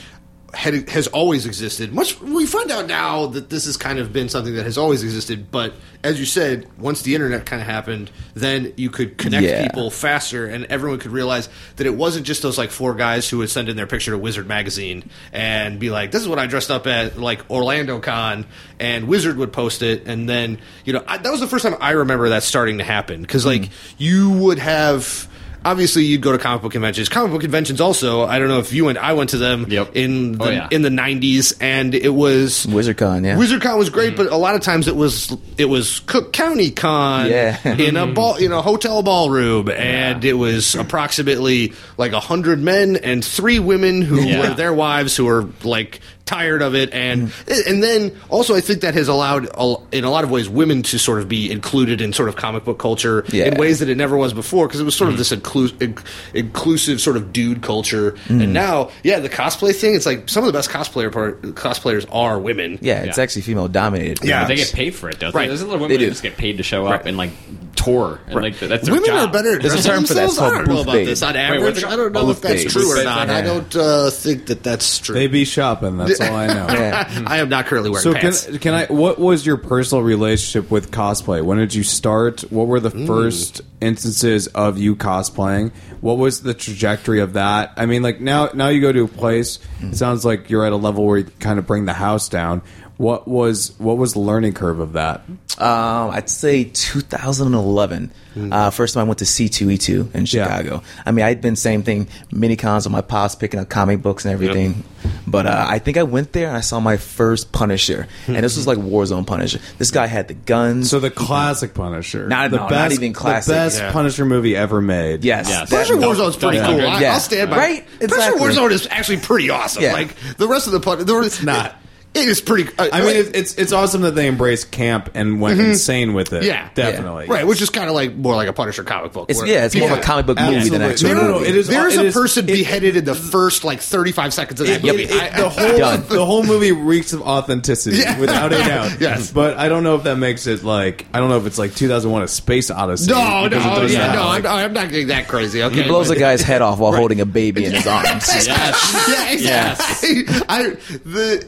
had, has always existed. Much we find out now that this has kind of been something that has always existed. But as you said, once the internet kind of happened, then you could connect
Yeah.
people faster, and everyone could realize that it wasn't just those like four guys who would send in their picture to Wizard magazine and be like, "This is what I dressed up at like Orlando Con," and Wizard would post it, and then you know I, that was the first time I remember that starting to happen because like
Mm-hmm.
you would have. Obviously, you'd go to comic book conventions. Comic book conventions, also. I don't know if you and I went to them
Yep.
in the
Oh, yeah.
in the '90s, and it was
WizardCon, yeah.
WizardCon was great,
Mm-hmm.
but a lot of times it was it was Cook County Con
Yeah.
in
Mm.
a ball in a hotel ballroom, and it was approximately like hundred men and three women who
Yeah.
were their wives who were like tired of it, and
Mm.
and then also I think that has allowed a- in a lot of ways women to sort of be included in sort of comic book culture in
Yeah. Mm.
ways that it never was before because it was sort of this inclu- inc- inclusive sort of dude culture,
Mm.
and now yeah, the cosplay thing. It's like some of the best cosplayer part, cosplayers are women.
Yeah, it's
Yeah.
actually female dominated.
Yeah.
But they get paid for it, don't they?
Right.
There's a lot of
They
women
do.
who just get paid to show up and like tour, and like that's their
Women
job.
are better. at
There's a
dressing
term for that. It's
themselves. I
called
don't know
booth
about
babe.
this on
what's
average.
it-
I don't know
booth
if that's
babe.
true
Booth
or
babe,
not. I
yeah.
don't uh, think that that's true.
They be shopping. That's all I know.
Yeah.
*laughs* I am not currently wearing
So can,
pants.
can I? What was your personal relationship with cosplay? When did you start? What were the first instances of you cosplaying? What was the trajectory of that? I mean, like now, now you go to a place. It sounds like you're at a level where you kind of bring the house down. What was what was the learning curve of that?
Um, I'd say 2011. Uh, first time I went to C2E2 in
Hmm. Yeah.
Chicago. I mean, I'd been same thing, mini cons with my pops picking up comic books and everything. But uh, I think I went there and I saw my first Punisher, and this was like Warzone Punisher. This guy had the guns.
Hmm. So the classic Punisher,
Not-
the
no, not even classic.
the best
Yeah.
Punisher movie ever made.
yes,
Yes.
that-
Pressure Warzone's pretty
Yeah.
cool. I,
Yeah.
I'll stand by.
Right?
Pressure
Exactly.
Warzone is actually pretty awesome.
Yeah.
Like the rest of the pun, the, it's
not.
it is pretty. uh,
I mean, it's, it's it's awesome that they embraced camp and went insane with it.
Yeah.
definitely.
right, which is kind of like more like a Punisher comic book.
It's,
where
yeah, it's more of a
people-
comic book movie than
Absolutely.
actual
No, no, no,
movie.
it is-
There's a
is-
person
it-
beheaded in the first like 35 seconds of
It-
that movie.
it-
I-
it- the whole
Done.
the whole movie reeks of authenticity
Yeah. *laughs*
without a doubt.
Yes.
but I don't know if that makes it like I don't know if it's like 2001: A Space Odyssey.
no,
because it
no,
does
yeah,
that,
no,
like-
I'm, I'm not getting that crazy.
He
Okay,
blows
but-
a guy's head off while holding a baby
*laughs*
in his arms.
yeah, exactly. I the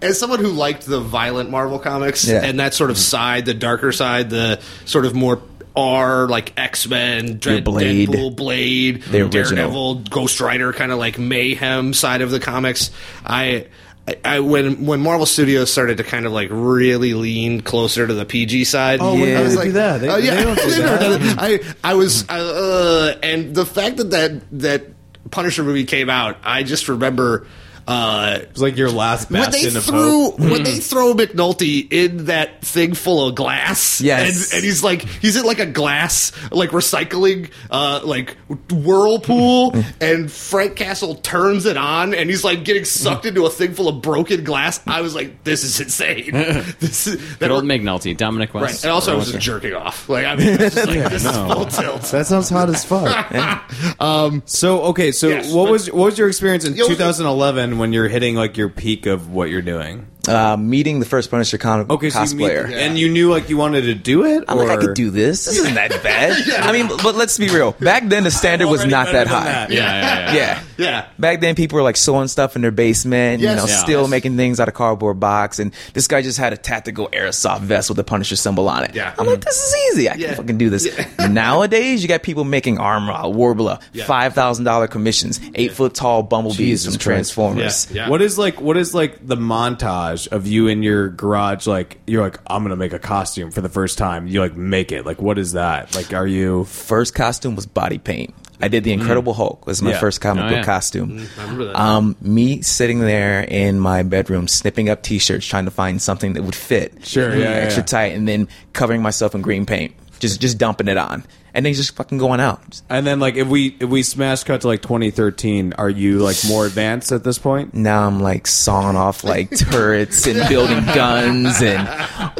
as someone who liked the violent Marvel comics
Yeah.
and that sort of side, the darker side, the sort of more R like X Men, Dread,
Blade.
Deadpool, Blade,
The original.
Daredevil, Ghost Rider, kind of like mayhem side of the comics. I. I, I when when Marvel Studios started to kind of like really lean closer to the PG side,
Oh, when
Yeah.
did
I was
they
like,
do that? They,
oh, yeah. *laughs*
they don't do
They've never
that.
done it. I I was I, uh, and the fact that that that Punisher movie came out, I just remember. Uh,
It's like your last
when they
bastion of
threw
hope.
when they throw McNulty in that thing full of glass,
Yes.
and, and he's like he's in like a glass like recycling uh like
*laughs*
whirlpool, and Frank Castle turns it on, and he's like getting
Mm.
sucked into a thing full of broken glass. I was like, this
*laughs*
is insane. this is that
Good old
re-
McNulty, Dominic West.
Right. And also, I was just jerking off. Like, I mean, I was just like, this is full tilt.
That sounds hot as fuck.
*laughs*
um, so okay, so
Yes,
what
but-
was what was your experience in
Yeah, what was-
2011 when you're hitting like your peak of what you're doing?
Uh, meeting the first Punisher con-
Okay, so you meet-
cosplayer.
and you knew like you wanted to do it.
I'm
or?
like, I could do this. This isn't that
*laughs*
bad. I mean, but let's be real. Back then, the standard was
Already
not
better
that
than
high.
that.
Yeah, yeah, yeah.
Yeah.
Yeah.
Back then, people were like sewing stuff in their basement,
Yes.
you know,
Yeah.
still
Yes.
making things out of cardboard box. And this guy just had a tactical airsoft vest with the Punisher symbol on it.
Yeah.
I'm
Mm.
like, this is easy. I
Yeah.
can fucking do this. Nowadays, you got people making Armor, Warbler,
Yeah.
five thousand dollar commissions, eight foot tall bumblebees
Jesus
from
Christ.
Transformers.
Yeah.
What is like what is like the montage of you in your garage like you're like I'm going to make a costume for the first time. You like make it. Like what is that? Like are you
First costume was body paint. I did the Incredible Hulk. Was my
Mm. Yeah. Mm,
first comic
Oh,
book
yeah.
costume.
I remember that.
Um, me sitting there in my bedroom, snipping up t-shirts, trying to find something that would fit,
Sure,
Mm,
yeah, yeah,
extra
yeah.
tight, and then covering myself in green paint, just just dumping it on, and then just fucking going out.
And then like if we if we smash cut to like 2013, are you like more advanced at this point?
Now I'm like sawing off like
*laughs*
turrets and building guns and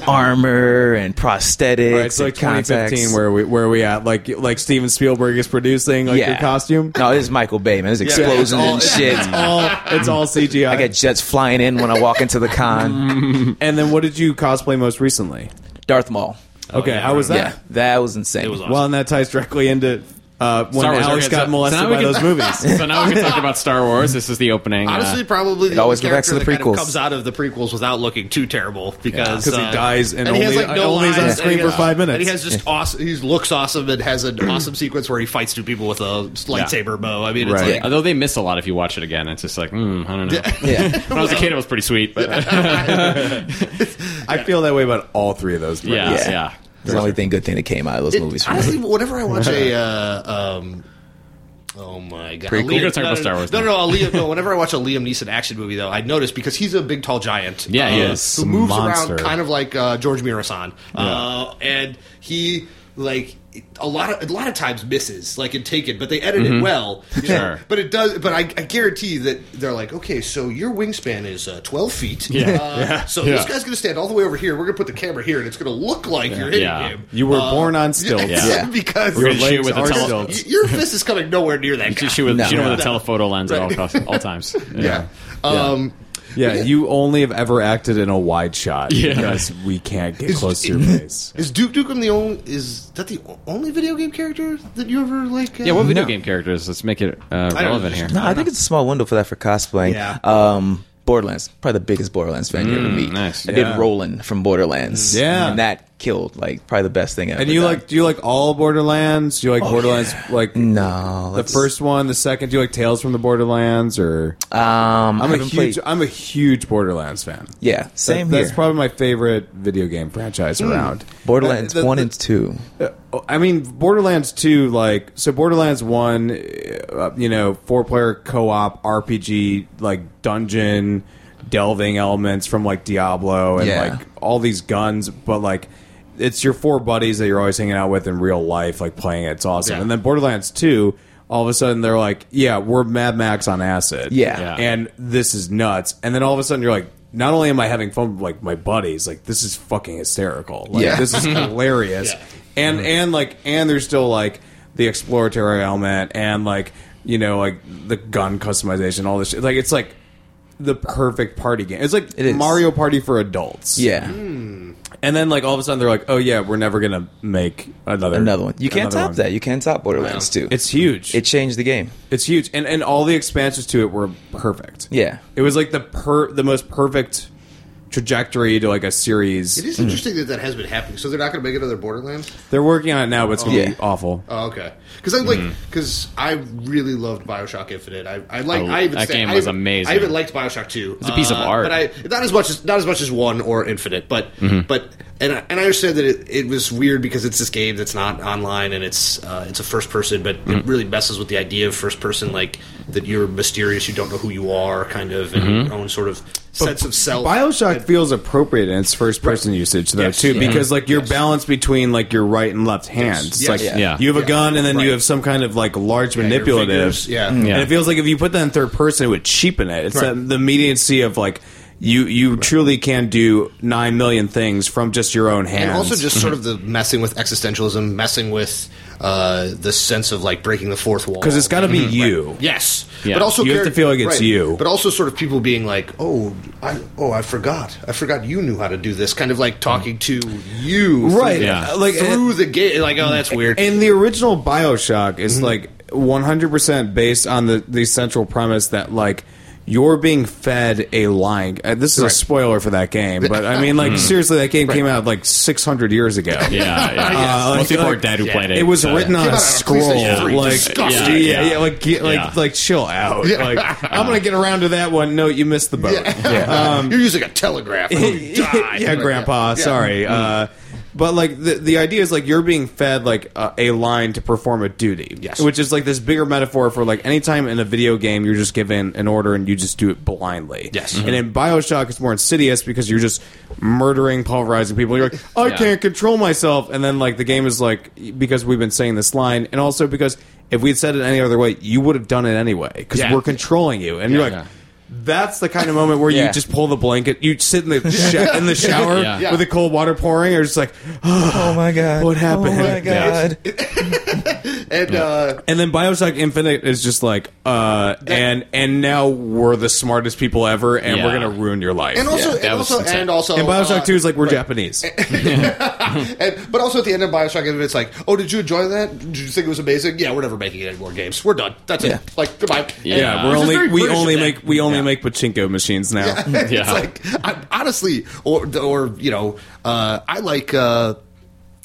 armor and prosthetics.
All right, so like
and
2015
contacts.
where are we where are we at? Like like Steven Spielberg is producing like your costume?
No, this is Michael Bay, man. There's explosions
all-
and shit.
*laughs* It's all it's all CGI.
Mm. *laughs* I got jets flying in when I walk into the con.
and then what did you cosplay most recently?
Darth Maul.
Oh,
okay, how was that?
Yeah, that was insane.
Well, and that ties directly into uh, when
Star Wars.
Alex
okay,
got
so-
molested
so now we
by
can-
those
*laughs*
movies.
so now we can talk about Star Wars. This is the opening. uh,
Honestly, probably the
always
only
goes back to
character
the
that kind
prequels.
of comes out of the prequels without looking too terrible because uh,
'Cause he dies and
he has,
only- only he's on
lines, and
screen
he
for
has-
five minutes.
And he has just awesome. He looks awesome and has an awesome sequence where he fights two people with a lightsaber bow. I mean, it's
Right.
like
although they miss a lot if you watch it again, it's just like, hmm, I don't know.
*laughs* Yeah.
when I was a kid, it was pretty sweet. But *laughs*
I feel that way about all three of those. movies.
yeah, yeah.
Yeah. It's the only thing good thing that came out of those
It-
movies. For me.
honestly, whenever I watch a, uh, um, oh my god,
Prequel?
Liam-
You're gonna talk
no,
about
no,
Star Wars
No, no,
now.
no, a Liam, no. Whenever I watch a Liam Neeson action movie, though, I notice because he's a big, tall giant.
Yeah, he
uh,
is.
Who moves
Monster.
around kind of like uh, George Murasan, uh, and he. like a lot of a lot of times misses like in Taken, but they edit it well. you know?
Sure.
But it does. But I, I guarantee you that they're like, okay, so your wingspan is uh, twelve feet.
Yeah.
Uh, So this guy's gonna stand all the way over here. We're gonna put the camera here, and it's gonna look like you're hitting
Yeah.
him. Uh,
You
uh,
were born on stilts.
*laughs* Yeah.
Yeah.
because
We're gonna shoot
legs
with a
are
tele-
still-
y- your fist is coming nowhere near that guy.
Shoot with, shoot him with a
Yeah.
telephoto lens at all
Right.
costs, all times.
*laughs* Yeah. Um,
Yeah, you only have ever acted in a wide shot
Yeah.
because we can't get close to your
*laughs*
face.
Is Duke Nukem the only? Is that the o- only video game character that you ever like? Uh,
Yeah, what video
No.
game characters? Let's make it uh,
I don't
relevant
know, *laughs*
here.
just-
No, I think it's a small window for that for cosplaying.
Yeah.
Um, Borderlands, probably the biggest Borderlands fan you ever meet.
nice.
I
Yeah.
did Roland from Borderlands.
Yeah.
and that killed like probably the best thing. Ever
And you
done.
like? Do you like all Borderlands? Do you like Borderlands? Like
Oh, No,
the
let's-
first one, the second. Do you like Tales from the Borderlands? Or
Um, I
I'm a
haven't
huge.
played.
I'm a huge Borderlands fan.
Yeah, same
That-
here. Hmm.
That's probably my favorite video game franchise around.
Borderlands
Uh, the-
one
the-
and two.
Uh, I mean, Borderlands 2, like, so Borderlands 1, uh, you know, four player co op RPG, like, dungeon delving elements from, like, Diablo and,
Yeah.
like, all these guns, but, like, it's your four buddies that you're always hanging out with in real life, like, playing it. It's awesome.
Yeah.
And then Borderlands 2, all of a sudden they're like, yeah, we're Mad Max on acid.
Yeah. Yeah.
And this is nuts. And then all of a sudden you're like, not only am I having fun with like my buddies, like this is fucking hysterical. Like,
Yeah. *laughs* Mm-hmm.
this is hilarious. And and like and there's still like the exploratory element and like you know like the gun customization, all this shit. Like it's like the perfect party game. It's like
It is.
Mario Party for adults.
Yeah,
And then like all of a sudden they're like, oh yeah, we're never gonna make another
another one. You can't
another
top
one.
that. You can't top Borderlands two.
It's huge.
it changed the game.
It's huge, and and all the expansions to it were perfect.
Yeah.
it was like the per the most perfect trajectory to like a
It
series.
is interesting that that has been happening. So they're not going to make another Borderlands.
They're working on it now, but it's gonna
Yeah.
be awful.
Oh, okay. Because I'm like,
Hmm.
because I really loved Bioshock Infinite. I, I like.
Oh,
I even
that
sta-
game
I
was
even-
amazing.
I even liked Bioshock Two. It's
a piece of art.
but I not as much as not as much as one or Infinite, but
Mm-hmm.
but and I, and I understand that it, it was weird because it's this game that's not online and it's uh, it's a first person, but
Mm-hmm.
it really messes with the idea of first person, like that you're mysterious, you don't know who you are, kind of, and
Mm-hmm.
your own sort of sense of self.
Bioshock feels appropriate in its first person usage though
Yes.
too,
Yeah.
because like your balance between like your right and left hands. It's
Yes.
Like
Yeah.
Yeah.
you have a
Yeah.
gun and then
Right.
you have some kind of like large
your
manipulative.
fingers, yeah. Mm.
And it feels like if you put that in third person, it would cheapen it. It's that- the immediacy of like you you truly can do nine million things from just your own hands.
and also just
Mm-hmm.
sort of the messing with existentialism, messing with uh, the sense of like breaking the fourth wall.
because it's got to be you.
Yes,
Yeah.
but also
You have to
charac-
feel like it's you.
But also, sort of people being like, "Oh, I oh, I forgot, I forgot you knew how to do this." Kind of like talking to you,
Right,
Through,
Yeah.
like,
through the game, like, oh, that's weird.
And the original Bioshock is
Mm-hmm.
like 100% based on the, the central premise that like you're being fed a lying. Uh, this is a spoiler for that game, but I mean,
*laughs* Mm-hmm.
like seriously, that game came out like 600 years ago.
Yeah, yeah.
Uh, like-
Most people are
like-
dead who played it.
It was
so-
written on a
Came out on a
scroll,
PlayStation three.
like yeah,
Disgusting.
yeah,
Yeah.
like get, like
Yeah.
like chill out. Like I'm gonna get around to that one. No, you missed the boat.
uh,
Um,
You're using a telegraph. Oh, you die.
yeah, Grandpa. Sorry. Uh, but like the the idea is like you're being fed like a a line to perform a duty,
Yes.
which is like this bigger metaphor for like anytime in a video game you're just given an order and you just do it blindly.
Yes.
And in Bioshock, it's more insidious because you're just murdering, pulverizing people. You're like, I
Yeah.
can't control myself, and then like the game is like because we've been saying this line, and also because if we'd said it any other way, you would have done it anyway because
Yeah.
we're controlling you, and you're like.
Yeah.
That's the kind of moment where you
Yeah.
just pull the blanket. You sit in the
*laughs*
sh- in the shower
Yeah. Yeah.
with the cold water pouring, or just like,
Oh my god!
What happened?
Oh my
Yeah.
god!
And uh,
and then Bioshock Infinite is just like, uh, and and now we're the smartest people ever, and we're
Yeah.
gonna ruin your life.
and also,
that
and,
was
also
insane.
and also,
and Bioshock
uh,
Two is like we're
*laughs*
Japanese.
and, but also at the end of Bioshock, it's like, oh, did you enjoy that? Did you think it was amazing? Yeah, we're never making any more games. We're done. That's
Yeah.
it. Like, goodbye.
Yeah.
yeah,
Which
we're
is
only
very
we
British
only
of them.
make we only make pachinko machines now. *laughs*
it's like I, honestly, or or you know, uh, I like uh,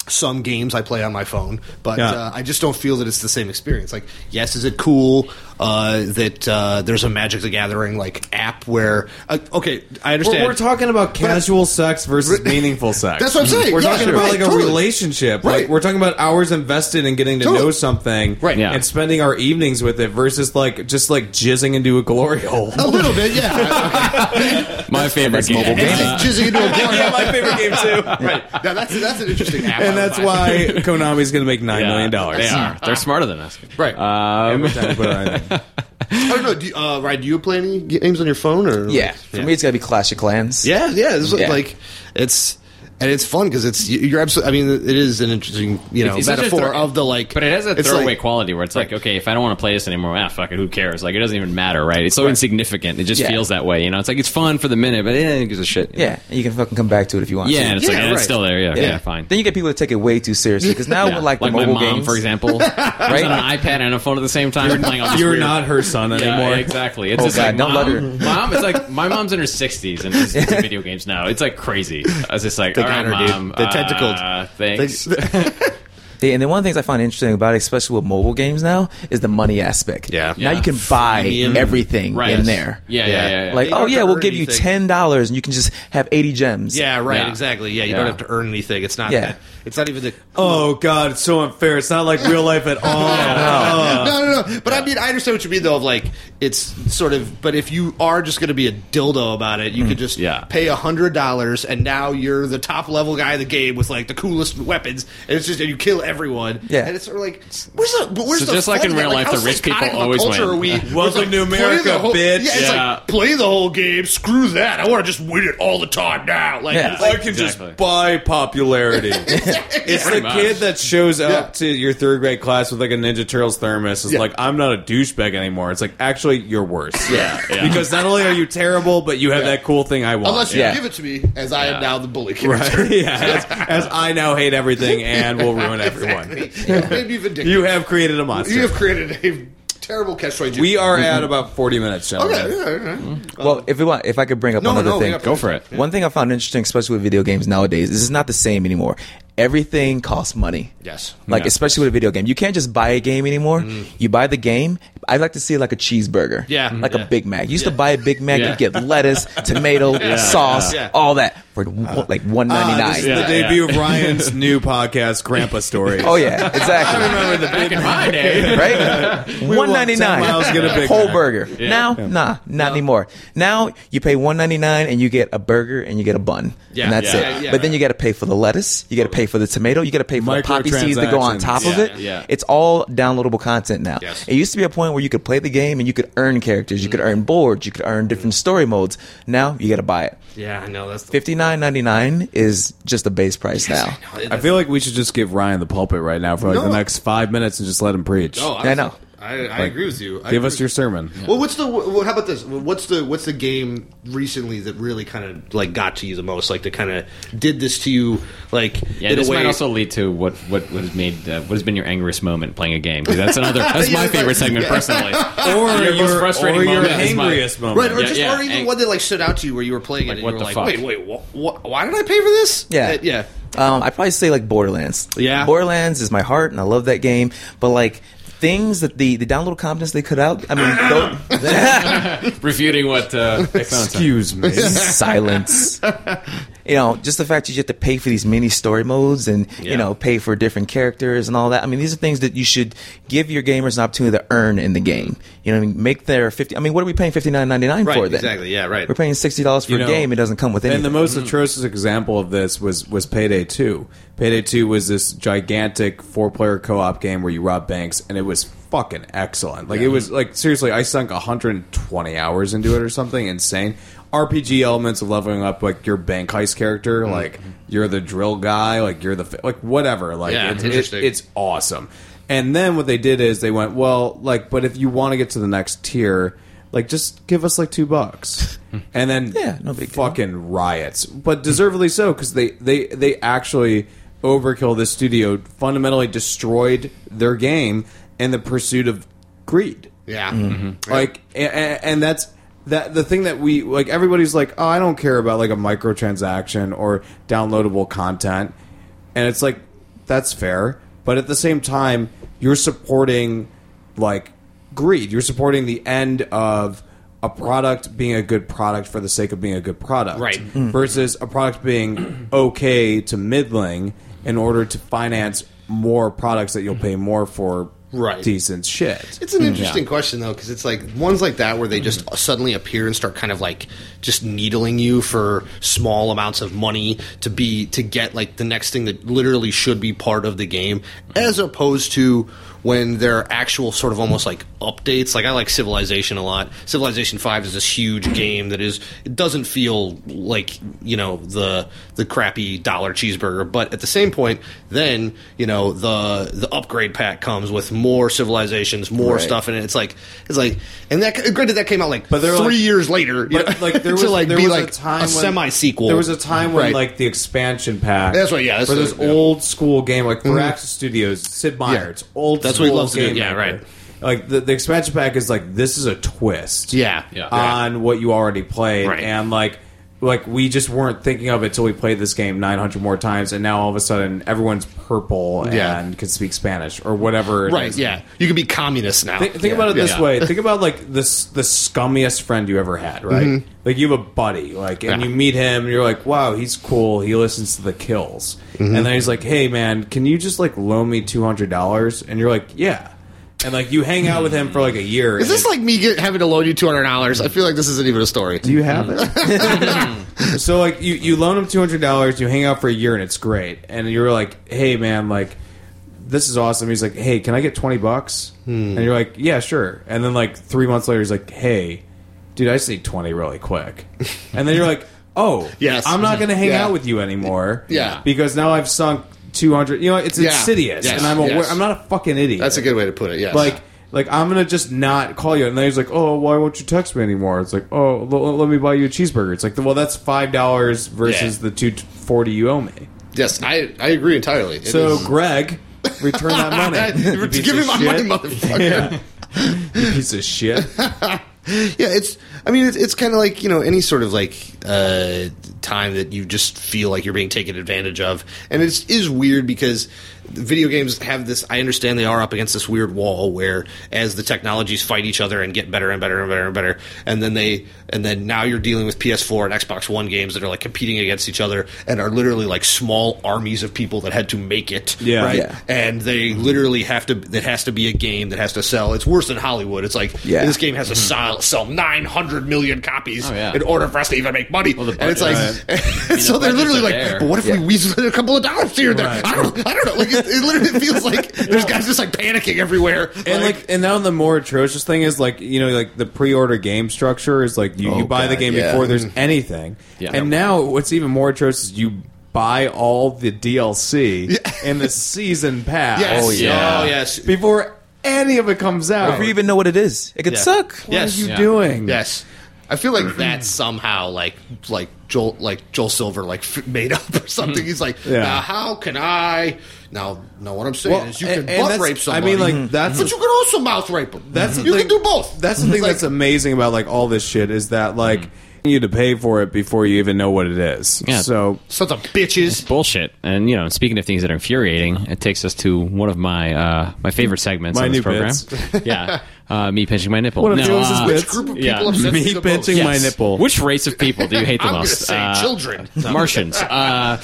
some games I play on my phone, but
Yeah.
uh, I just don't feel that it's the same experience. Like, yes, is it cool? uh, that uh, there's a Magic the Gathering like app where uh, okay, I understand.
We're, we're talking about casual sex
*laughs*
versus meaningful sex.
That's what I'm saying.
We're
Yeah,
talking
sure.
about
Right,
like a
totally.
relationship.
Right.
Like we're talking about hours invested in getting to
Totally.
know something,
Right.
Yeah.
And spending our evenings with it versus like just like jizzing into a glory
*laughs*
hole.
a little bit, yeah.
My favorite
that's mobile
game.
gaming.
Uh,
Jizzing into a
*laughs*
bar.
yeah, my favorite game too.
Right. Now, that's that's an interesting app.
*laughs* And that's why Konami's going to make nine
yeah,
million
They
dollars.
are. They're smarter than us.
Right.
Um,
Every time we put it
*laughs*
on.
Uh, I don't know. Do you, uh, Ryan, do you play any games on your phone or?
Yeah, for me, it's got to be Clash of Clans.
Yeah, yeah. It's
Yeah.
like it's and it's fun because it's you- you're absolutely. I mean, it is an interesting you know
It's- it's such a
metaphor
throw-
of the like,
But it has a
it's
throwaway
like-
quality where it's like, okay, if I don't want to play this anymore, ah, fuck it, who cares? Like, it doesn't even matter, right? It's so insignificant. It just
Yeah.
feels that way, you know? It's like, it's fun for the minute, but eh, who gives a shit? you know?
Yeah, and you can fucking come back to it if you want.
Yeah,
to.
and it's like,
Yeah,
and
right.
it's still there, yeah, yeah, fine.
Then you get people that take it way too seriously because now,
*laughs*
Yeah.
with like, the
my
mobile
mom,
games,
for example, right? on an iPad and a phone at the same time. You're, playing all these
You're
weird-
not her son
Yeah,
anymore.
exactly. It's just
God,
like,
don't let
mom,
her-
*laughs* mom, it's like my mom's in her 60s and is into video games now. It's like crazy. I was just like, all
They
right,
got her, dude.
mom,
They
uh,
tentacled.
Thanks.
Yeah, and then one of the things I find interesting about it, especially with mobile games now, is the money aspect.
Yeah.
Now
Yeah.
you can buy
Freemium.
everything
Right.
in there.
Yeah, yeah, yeah.
Yeah.
yeah,
Like,
You don't
oh
have to
yeah, we'll
earn
give you
anything.
ten dollars and you can just have eighty gems.
*laughs* Yeah, right.
Yeah.
Exactly. Yeah, you don't
Yeah.
have to earn anything. It's not.
Yeah.
That, it's not even the.
Oh God, it's so unfair. It's not like real life at all.
no, no, no. But I mean, I understand what you mean, though. Of like, it's sort of. But if you are just going to be a dildo about it, you could just
Mm, Yeah.
pay a hundred dollars, and now you're the top level guy in the game with like the coolest weapons, and it's just and you kill everyone.
Yeah.
and it's sort of like, where's the? But where's
So
the
just like in
fun of it?
real life,
how
the rich
psychotic
people
of a
always
culture
win.
Are *laughs* we?
Welcome
It's
to
play
America,
the whole,
bitch.
Yeah, it's
Yeah.
like play the whole game. Screw that. I want to just win it all the time now. Like,
Yeah.
it's
I
like
can
Exactly.
just buy popularity. it's the
much.
kid that shows up
Yeah.
to your third grade class with like a Ninja Turtles thermos. Is
Yeah.
like, I'm not a douchebag anymore. It's like, actually, you're worse.
Yeah.
Yeah.
*laughs* Because not only are you terrible, but you have that cool thing I want.
Unless you
Yeah.
give it to me, as I am
Yeah.
now the bully *laughs*
*laughs*
character.
Right? yeah. As, as I now hate everything and will ruin everyone.
It made me vindictive.
*laughs* You have created a
You have
monster.
created a terrible catchphrase.
We are at about 40 minutes, gentlemen. Uh,
Okay, yeah, all right.
Well, if we want, if I could bring up
No, no,
another
no, we
thing,
got- Go for
it.
One thing I found interesting, especially with video games nowadays, this is not the same anymore. Everything costs money.
Yes.
Like especially with a video game, you can't just buy a game anymore. You buy the game. I'd like to see like a cheeseburger,
Yeah.
like
Yeah.
a Big Mac. You used to buy a Big Mac,
Yeah.
you'd get lettuce, tomato, sauce,
Yeah.
all that for one- like one
Ah, this
ninety nine.
is the
Yeah,
debut of
*laughs*
Ryan's new podcast, Grandpa Stories.
Oh yeah, exactly.
Back in *laughs* my
*laughs*
day.
right? One ninety
10 miles, get a
nine
Big
whole
Mac.
burger. Now, nah, not anymore. Now you pay one ninety nine and you get a burger and you get a bun,
Yeah,
and that's
yeah,
it.
yeah.
but then you got to pay for the lettuce, you got to pay for the tomato, you got to pay for the poppy seeds that go on top of
Yeah,
it.
yeah.
It's all downloadable content now.
Yes.
It used to be a point where you could play the game and you could earn characters, you could earn boards, you could earn different story modes. Now you got to buy it.
Yeah, I know. That's the
Fifty nine ninety nine is just the base price now.
I feel like we should just give Ryan the pulpit right now for like the
No.
next five minutes and just let him preach.
Oh,
I know.
I, I agree with you. I
give
agree
us your
with-
sermon.
Well, what's the? Well, how about this? What's the? What's the game recently that really kind of like got to you the most? Like that kind of did this to you? Like
Yeah,
in
this
a way,
might also lead to what what what has made uh, what has been your angriest moment playing a game because that's another that's
Yeah,
my
it's
favorite
like-
segment
yeah.
personally.
Or
Your most frustrating
or your
moment is my-
angriest moment.
right, or
Yeah,
just
yeah,
or even
ang-
one that like stood out to you where you were playing it and
what
you were
the
like,
fuck?
wait, wait, wha wha- why did I pay for this?
Yeah.
Uh, yeah.
Um, I probably say like Borderlands.
Yeah.
Borderlands is my heart, and I love that game. But like things that the the download contents they put out, I
*laughs*
mean, tho-
refuting what uh,
Excuse me.
*laughs* silence. You know, just the fact that you have to pay for these mini story modes and
Yeah.
you know pay for different characters and all that. I mean, these are things that you should give your gamers an opportunity to earn in the game. You know, what I mean? make their fifty. I mean, what are we paying fifty nine ninety nine
Right,
for? Then
exactly, yeah, right.
We're paying sixty dollars for
You
a
know,
game. It doesn't come with anything.
And the most
Mm.
atrocious example of this was was Payday Two. Payday Two was this gigantic four player co op game where you rob banks, and it was fucking excellent. Like it was like seriously, I sunk 120 hours into it or something insane. RPG elements of leveling up like your bank heist character,
Mm-hmm.
like you're the drill guy, like you're the fi- like whatever. Like
Yeah,
it's,
interesting.
it- it's awesome. And then what they did is they went, well, like, but if you want to get to the next tier, like, just give us like two bucks,
*laughs*
and then
Yeah, no big deal.
fucking riots, but deservedly so because they they they actually overkill. This studio fundamentally destroyed their game in the pursuit of greed.
Yeah.
Like, and, and that's that the thing that we like. Everybody's like, oh, I don't care about like a microtransaction or downloadable content, and it's like that's fair, but at the same time, you're supporting like greed. You're supporting the end of a product being a good product for the sake of being a good product,
Right.
Versus a product being *clears throat* okay to middling in order to finance more products that you'll pay more for,
Right.
Decent shit.
It's an interesting question though, because it's like ones like that where they just suddenly appear and start kind of like just needling you for small amounts of money to be to get like the next thing that literally should be part of the game, as opposed to when there are actual sort of almost like updates. Like I like Civilization a lot. Civilization Five is this huge game that is it doesn't feel like you know the the crappy dollar cheeseburger, but at the same point, then you know the the upgrade pack comes with more civilizations, more
Right.
stuff in it. It's like it's like, and that granted that came out like
But there were,
three
like-
years later, you
But
know,
like there was,
*laughs* to like
there
be
was
like
a time when-
semi sequel.
There was a time when
Right.
like the expansion pack.
That's what- yeah, that's
for
what-
this
yeah. Mm-hmm.
old school game like for Axis Studios, Sid Meier.
Yeah.
It's old.
That's
school
what he loves to do,
game
yeah,
maker.
right.
Like the, the expansion pack is like this is a twist.
Yeah. Yeah.
On what you already played,
Right.
and like. Like we just weren't thinking of it till we played this game 900 more times, and now all of a sudden everyone's purple
Yeah.
and can speak Spanish or whatever. it
right.
is.
Yeah, you could be communist now.
Think, think about it
Yeah.
this
Yeah.
way. Think about like this the scummiest friend you ever had, right?
Mm-hmm.
Like you have a buddy, like, and
Yeah.
you meet him, and you're like, "Wow, he's cool. He listens to the Kills."
Mm-hmm.
And then he's like, "Hey, man, can you just like loan me two hundred dollars?" And you're like, "Yeah." And like you hang out with him for like a year.
Is
and
this like me get, having to loan you two hundred dollars? I feel like this isn't even a story.
you have it? *laughs*
Mm-hmm.
so like you, you loan him two hundred dollars, you hang out for a year and it's great. And you're like, Hey man, like this is awesome. He's like, Hey, can I get twenty bucks?
Hmm.
And you're like, Yeah, sure. And then like three months later he's like, Hey, dude, I just need twenty really quick. And then you're like, Oh,
*laughs* Yes.
I'm not gonna hang
Yeah.
out with you anymore.
Yeah.
Because now I've sunk two hundred you know, it's
Yeah.
insidious.
Yes.
And I'm aware
Yes.
I'm not a fucking idiot.
That's a good way to put it. Yes.
Like, like I'm gonna just not call you. And then he's like, "Oh, why won't you text me anymore?" It's like, "Oh, l- l- let me buy you a cheeseburger." It's like, well, that's five dollars versus
Yeah.
the two forty you owe me.
yes, I I agree entirely. It
So,
is- *laughs*
Greg, return
*laughs*
that money. *laughs* You piece
give me
of
my
shit.
money,
*laughs*
motherfucker.
Yeah. You piece of shit.
yeah it's i mean it's, it's kind of like you know any sort of like uh time that you just feel like you're being taken advantage of and it's is weird because video games have this i understand they are up against this weird wall where as the technologies fight each other and get better and better and better and better and then they and then now you're dealing with ps4 and xbox one games that are like competing against each other and are literally like small armies of people that had to make it
Yeah.
right
Yeah.
and they literally have to that has to be a game that has to sell it's worse than hollywood it's like
Yeah.
this game game has to sell, sell 900 million copies
Mm-hmm. Oh, yeah.
in order for us to even make money.
the
and it's like,
budget-
so *laughs*
the
they're
budgets
literally
are
like,
there.
but what if
Yeah.
we weasel in a couple of dollars here and there? I, don't, I don't know. Like, it, it literally feels
*laughs*
like there's guys just like panicking everywhere.
And like, and now the more atrocious thing is like, you know, like the pre-order game structure is like you, you
Oh,
buy the
God,
game
yeah.
before there's anything.
Yeah.
And now what's even more atrocious is you buy all the DLC and the season pass.
yes.
Oh, yeah.
Uh.
*laughs*
Oh, yes.
Before any of it comes out.
Before you even know what it is, it could suck.
what
Yes.
are you
Yeah.
doing?
Yes. I feel like
Mm-hmm.
that's somehow like like Joel like Joel Silver like *laughs* f- made up or something. He's like,
Yeah.
now how can I? Now, no, what I'm saying
Well,
is you
and-
can
and
butt
that's-
rape somebody. Mm-hmm.
I mean, like
*laughs*
that's
but you can also mouth rape them.
That's the
you
thing-
can do both.
That's the thing
Like- Mm.
that's amazing about like all this shit is that like you need to pay for it before you even know what it is.
Yeah.
So
sons of bitches.
bullshit. And you know, speaking of things that are infuriating, it takes us to one of my uh, my favorite segments
My
on this
new
program.
bits.
yeah, uh, me pinching my nipple.
What if
No,
it was his
uh,
bits?
Which group of people
Yeah.
upsets
Me
you the most?
bitching my nipple.
Which race of people do you hate the
I'm gonna
most? Uh,
say children. *laughs*
Martians. Uh,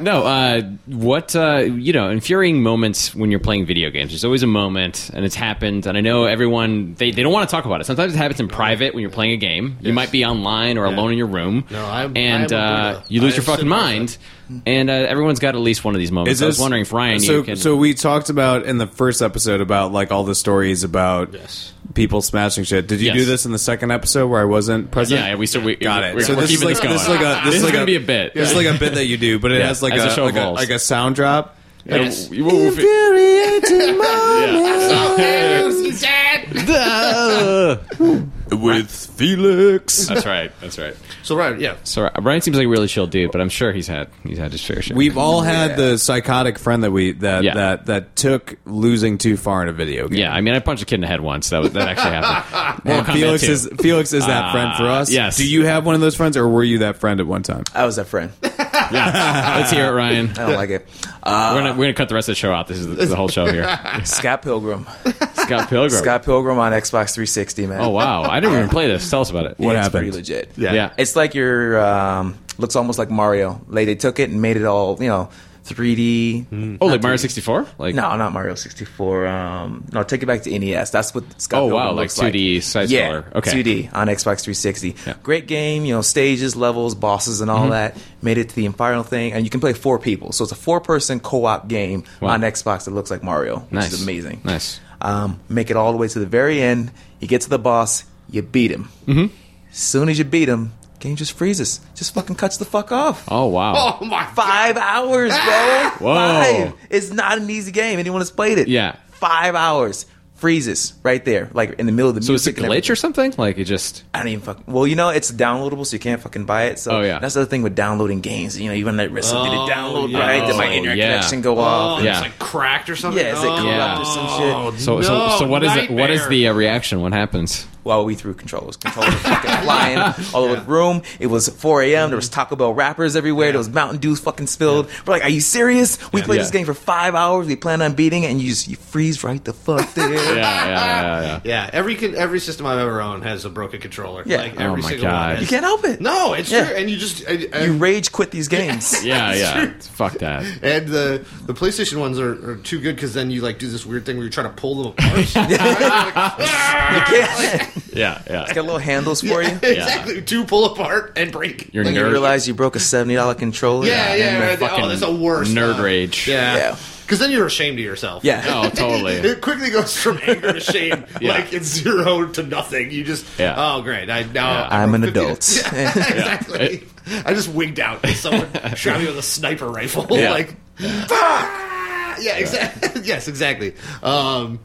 no, uh, what uh, you know, infuriating moments when you're playing video games. There's always a moment, and it's happened. And I know everyone they, they don't want to talk about it. Sometimes it happens in private when you're playing a game. You might be online or alone in your room.
No, I'm-
and
I am a
uh,
Buddha.
you lose
I hmm.
your
am
fucking
similar to
mind. And uh, everyone's got at least one of these moments. I was wondering if Ryan,
So,
you can.
so we talked about in the first episode about like all the stories about
Yes.
people smashing shit. Did you
Yes.
do this in the second episode where I wasn't present?
yeah, we so we
got it.
We're,
so
we're
this is,
keeping
like,
this going.
this is like a this,
This
is
is
like
gonna be a bit.
This is like a bit that you do, but it
Yeah,
has like
as a
a,
show
like, a,
balls.
like a sound drop.
Yes.
Yeah, we'll- we'll- *laughs*
Infuriating moment with Felix.
That's right. That's right.
So right, yeah.
So uh, Ryan seems like a really chill dude, but I'm sure he's had he's had his fair share.
We've all had the psychotic friend that we that
Yeah.
that that took losing too far in a video game.
yeah, I mean, I punched a kid in the head once. That was, that
*laughs*
actually happened. Mortal
And
Kombat
Felix
2.
is Felix is that
Ah,
friend for us.
yes.
Do you have one of those friends, or were you that friend at one time?
I was that friend.
yeah. Let's hear it, Ryan.
*laughs*
I don't like it.
we're gonna we're gonna cut the rest of the show out. This is the, the whole show here.
Scott Pilgrim.
*laughs* Scott Pilgrim.
Scott Pilgrim on Xbox 360, man.
Oh wow, I didn't even play this. Tell us about it.
What
happened?
Pretty legit.
Yeah.
Yeah.
It's like your um, looks almost like Mario. Like they took it and made it all you know 3D.
Oh, like Mario sixty four. Like
No, not Mario 64. Um, no, take it back to NES. That's what Scott
Oh,
Pilgrim
wow, like
looks
2D side
yeah,
scroller. Okay.
2D on Xbox 360. Great game. You know, stages, levels, bosses, and all
Mm-hmm.
that. Made it to the Inferno thing, and you can play four people. So it's a four-person co-op game
Wow.
on Xbox that looks like Mario, which
nice,
is amazing.
Nice.
Um, make it all the way to the very end. You get to the boss. You beat him. Mm-hmm. Soon as you beat him, game just freezes. Just fucking cuts the fuck off.
Oh wow.
Oh my
Five hours, bro.
*laughs* Whoa.
Five. It's not an easy game. Anyone has played it.
Yeah.
Five hours. Freezes right there, like in the middle of the
So it's a
music and
glitch
everything.
or something? Like it just
I don't even fucking. Well, you know, it's downloadable, so you can't fucking buy it. So
Oh, yeah.
that's the other thing with downloading games. You know, you run that risk of did it download
yeah.
right? Did my
Oh,
internet
yeah.
connection go
Oh,
off?
yeah.
Yeah. Oh,
it's like cracked or something.
Yeah, is it corrupt
Yeah.
or some shit?
so so, so what is it, what is the
nightmare.
uh, reaction? What happens?
Well, we threw controllers. Controllers fucking flying all over the room. It was 4 a.m. There was Taco Bell wrappers everywhere. There was Mountain Dew fucking spilled. We're like, are you serious? We played
Yeah.
this game for five hours. We planned on beating it, and you just you freeze right the fuck there.
*laughs* Yeah, yeah, yeah, yeah.
Yeah, every con- every system I've ever owned has a broken controller.
Yeah.
Like,
Oh
every
my
single
God.
One has-
You can't help it.
No, it's
Yeah.
true, and you just and,
You
and,
rage quit these games.
Yeah, yeah. Fuck that.
and the the PlayStation ones are, are too good because then you like do this weird thing where you try to pull them apart. Right? You're like, "Ah!"
*laughs* Yeah.
Yeah, yeah.
Got little handles for you.
exactly, two pull apart and break.
You're
Like,
You
nerd.
realize you broke a $70 controller.
Yeah, yeah,
man.
right.
fucking
Oh, that's the worst
nerd
one.
rage.
Yeah,
Yeah.
because then you're ashamed of yourself.
Yeah.
*laughs*
Oh, totally.
It quickly goes from anger to shame,
Yeah.
like it's zero to nothing. You just,
Yeah.
oh great, I now
*laughs* Yeah.
I
I'm an
broke the-
adult. *laughs*
*laughs* Yeah, exactly. I just wigged *laughs* out. and Someone shot me with a sniper rifle.
Yeah.
*laughs* Like, "Ah!" yeah, exactly. *laughs* yes, exactly. Um,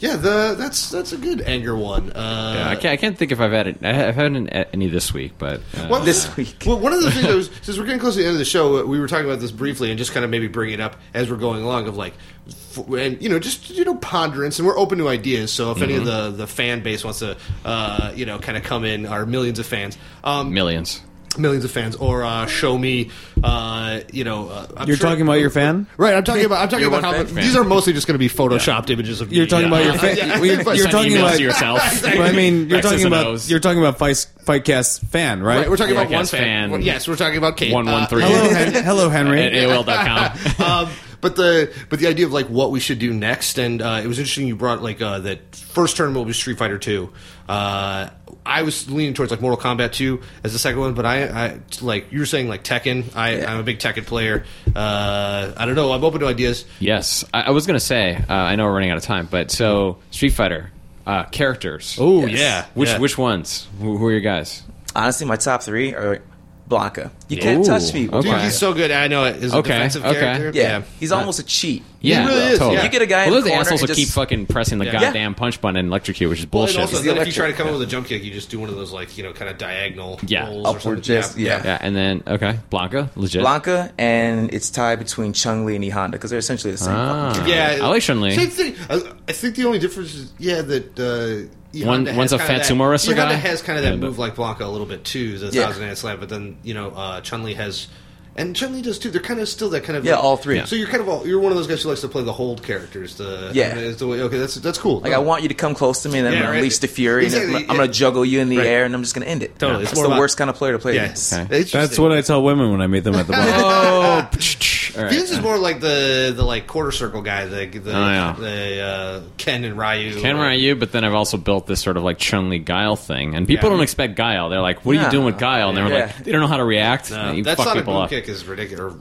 yeah, the that's that's a good anger one. Uh,
Yeah, I can't. I can't think if I've had it. I- I've had an, any this week, but uh,
Well,
This week.
Well, one of the things that was, since we're getting close to the end of the show, we were talking about this briefly and just kind of maybe bring it up as we're going along of like, f- and you know, just you know, ponderance, and we're open to ideas. So if any of the the fan base wants to, uh, you know, kind of come in, our millions of fans, um,
millions.
millions of fans, or uh, show me, uh, you know, uh, I'm
You're
sure-
talking about your fan.
Right, I'm talking about. I'm talking
Your
about
one
how
fan?
these are mostly just going to be photoshopped images of.
You're talking about your
*laughs*
fan. You're,
Send
you're talking
emails
about
to yourself.
*laughs* Well, I mean, you're
X's
talking
and
about
O's.
you're talking about Fight Fightcast fan, right?
Right, we're talking about
Podcast
one fan.
fan.
Yes, we're talking about Kate.
One one
Uh,
three
hello, Hen- hello,
*laughs* at
Henry. *laughs*
AOL.com.
*laughs* um, but the but the idea of like what we should do next, and uh, it was interesting. You brought like uh, that first tournament was Street Fighter Two. Uh, I was leaning towards like Mortal Kombat Two as the second one, but I, I like you were saying like Tekken. I, I'm a big Tekken player. Uh, I don't know. I'm open to ideas.
Yes, I, I was gonna say. Uh, I know we're running out of time, but so Street Fighter uh, characters.
Oh
Yes.
yeah,
which
yeah.
which ones? Who, who are your guys?
Honestly, my top three are Blanca. You can't touch me. with
okay.
Dude,
Blanca.
he's so good. I know it is a
Okay,
defensive
okay.
character.
Yeah. He's almost a cheat.
Yeah,
really
well,
is,
totally.
yeah.
You get a guy in
Well,
the
those
corner
assholes
and
will keep
just-
fucking pressing the
Yeah.
goddamn punch button and electrocute, which is
Well, and
bullshit.
also,
the
then if you
electric-
try to come up with a jump kick, you just do one of those like you know kind of diagonal
Yeah.
rolls or
Upward
something.
just- yeah.
yeah, and then okay, Blanca, legit.
Blanca, and it's tied between Chung Li and E Honda because they're essentially the same.
Ah.
fucking-
Yeah,
I like Chun-Li.
Same thing. I, I think the only difference is yeah that uh, Ihonda
One-
has
one's a
kinda
fat
that-
sumo wrestler
Ihonda
guy?
has kind of that
Yeah, but-
move like Blanca a little bit too, the
Yeah.
thousand hand slam. But then you know uh, Chun Li has, and Chun Li does too. They're kind of still that kind of
Yeah, all three.
So you're kind of all, you're one of those guys who likes to play the hold characters. The
Yeah.
is the way- okay, that's that's cool.
Like I want you to come close to me, and then
Yeah,
I'm gonna
right.
unleash the fury,
Exactly,
and I'm, I'm gonna
yeah.
juggle you in the
Right.
air, and I'm just gonna end it.
Totally, it's
That's
more
the
about-
worst kind of player to play
yes,
against.
That's what I tell women when I meet them at the
*laughs*
bar.
Oh, psh, psh. All right.
This is more like the the like quarter circle guy, the the,
Oh, yeah.
the uh, Ken and Ryu. uh,
Ken Ryu, but then I've also built this sort of like Chun Li Guile thing, and people
Yeah.
don't expect Guile. They're like, "What are
No.
you doing with Guile?" And they're
Yeah.
like, "They don't know how to react."
Uh,
and you
that
fuck
sonic
people
boom
up.
kick is ridiculous. or-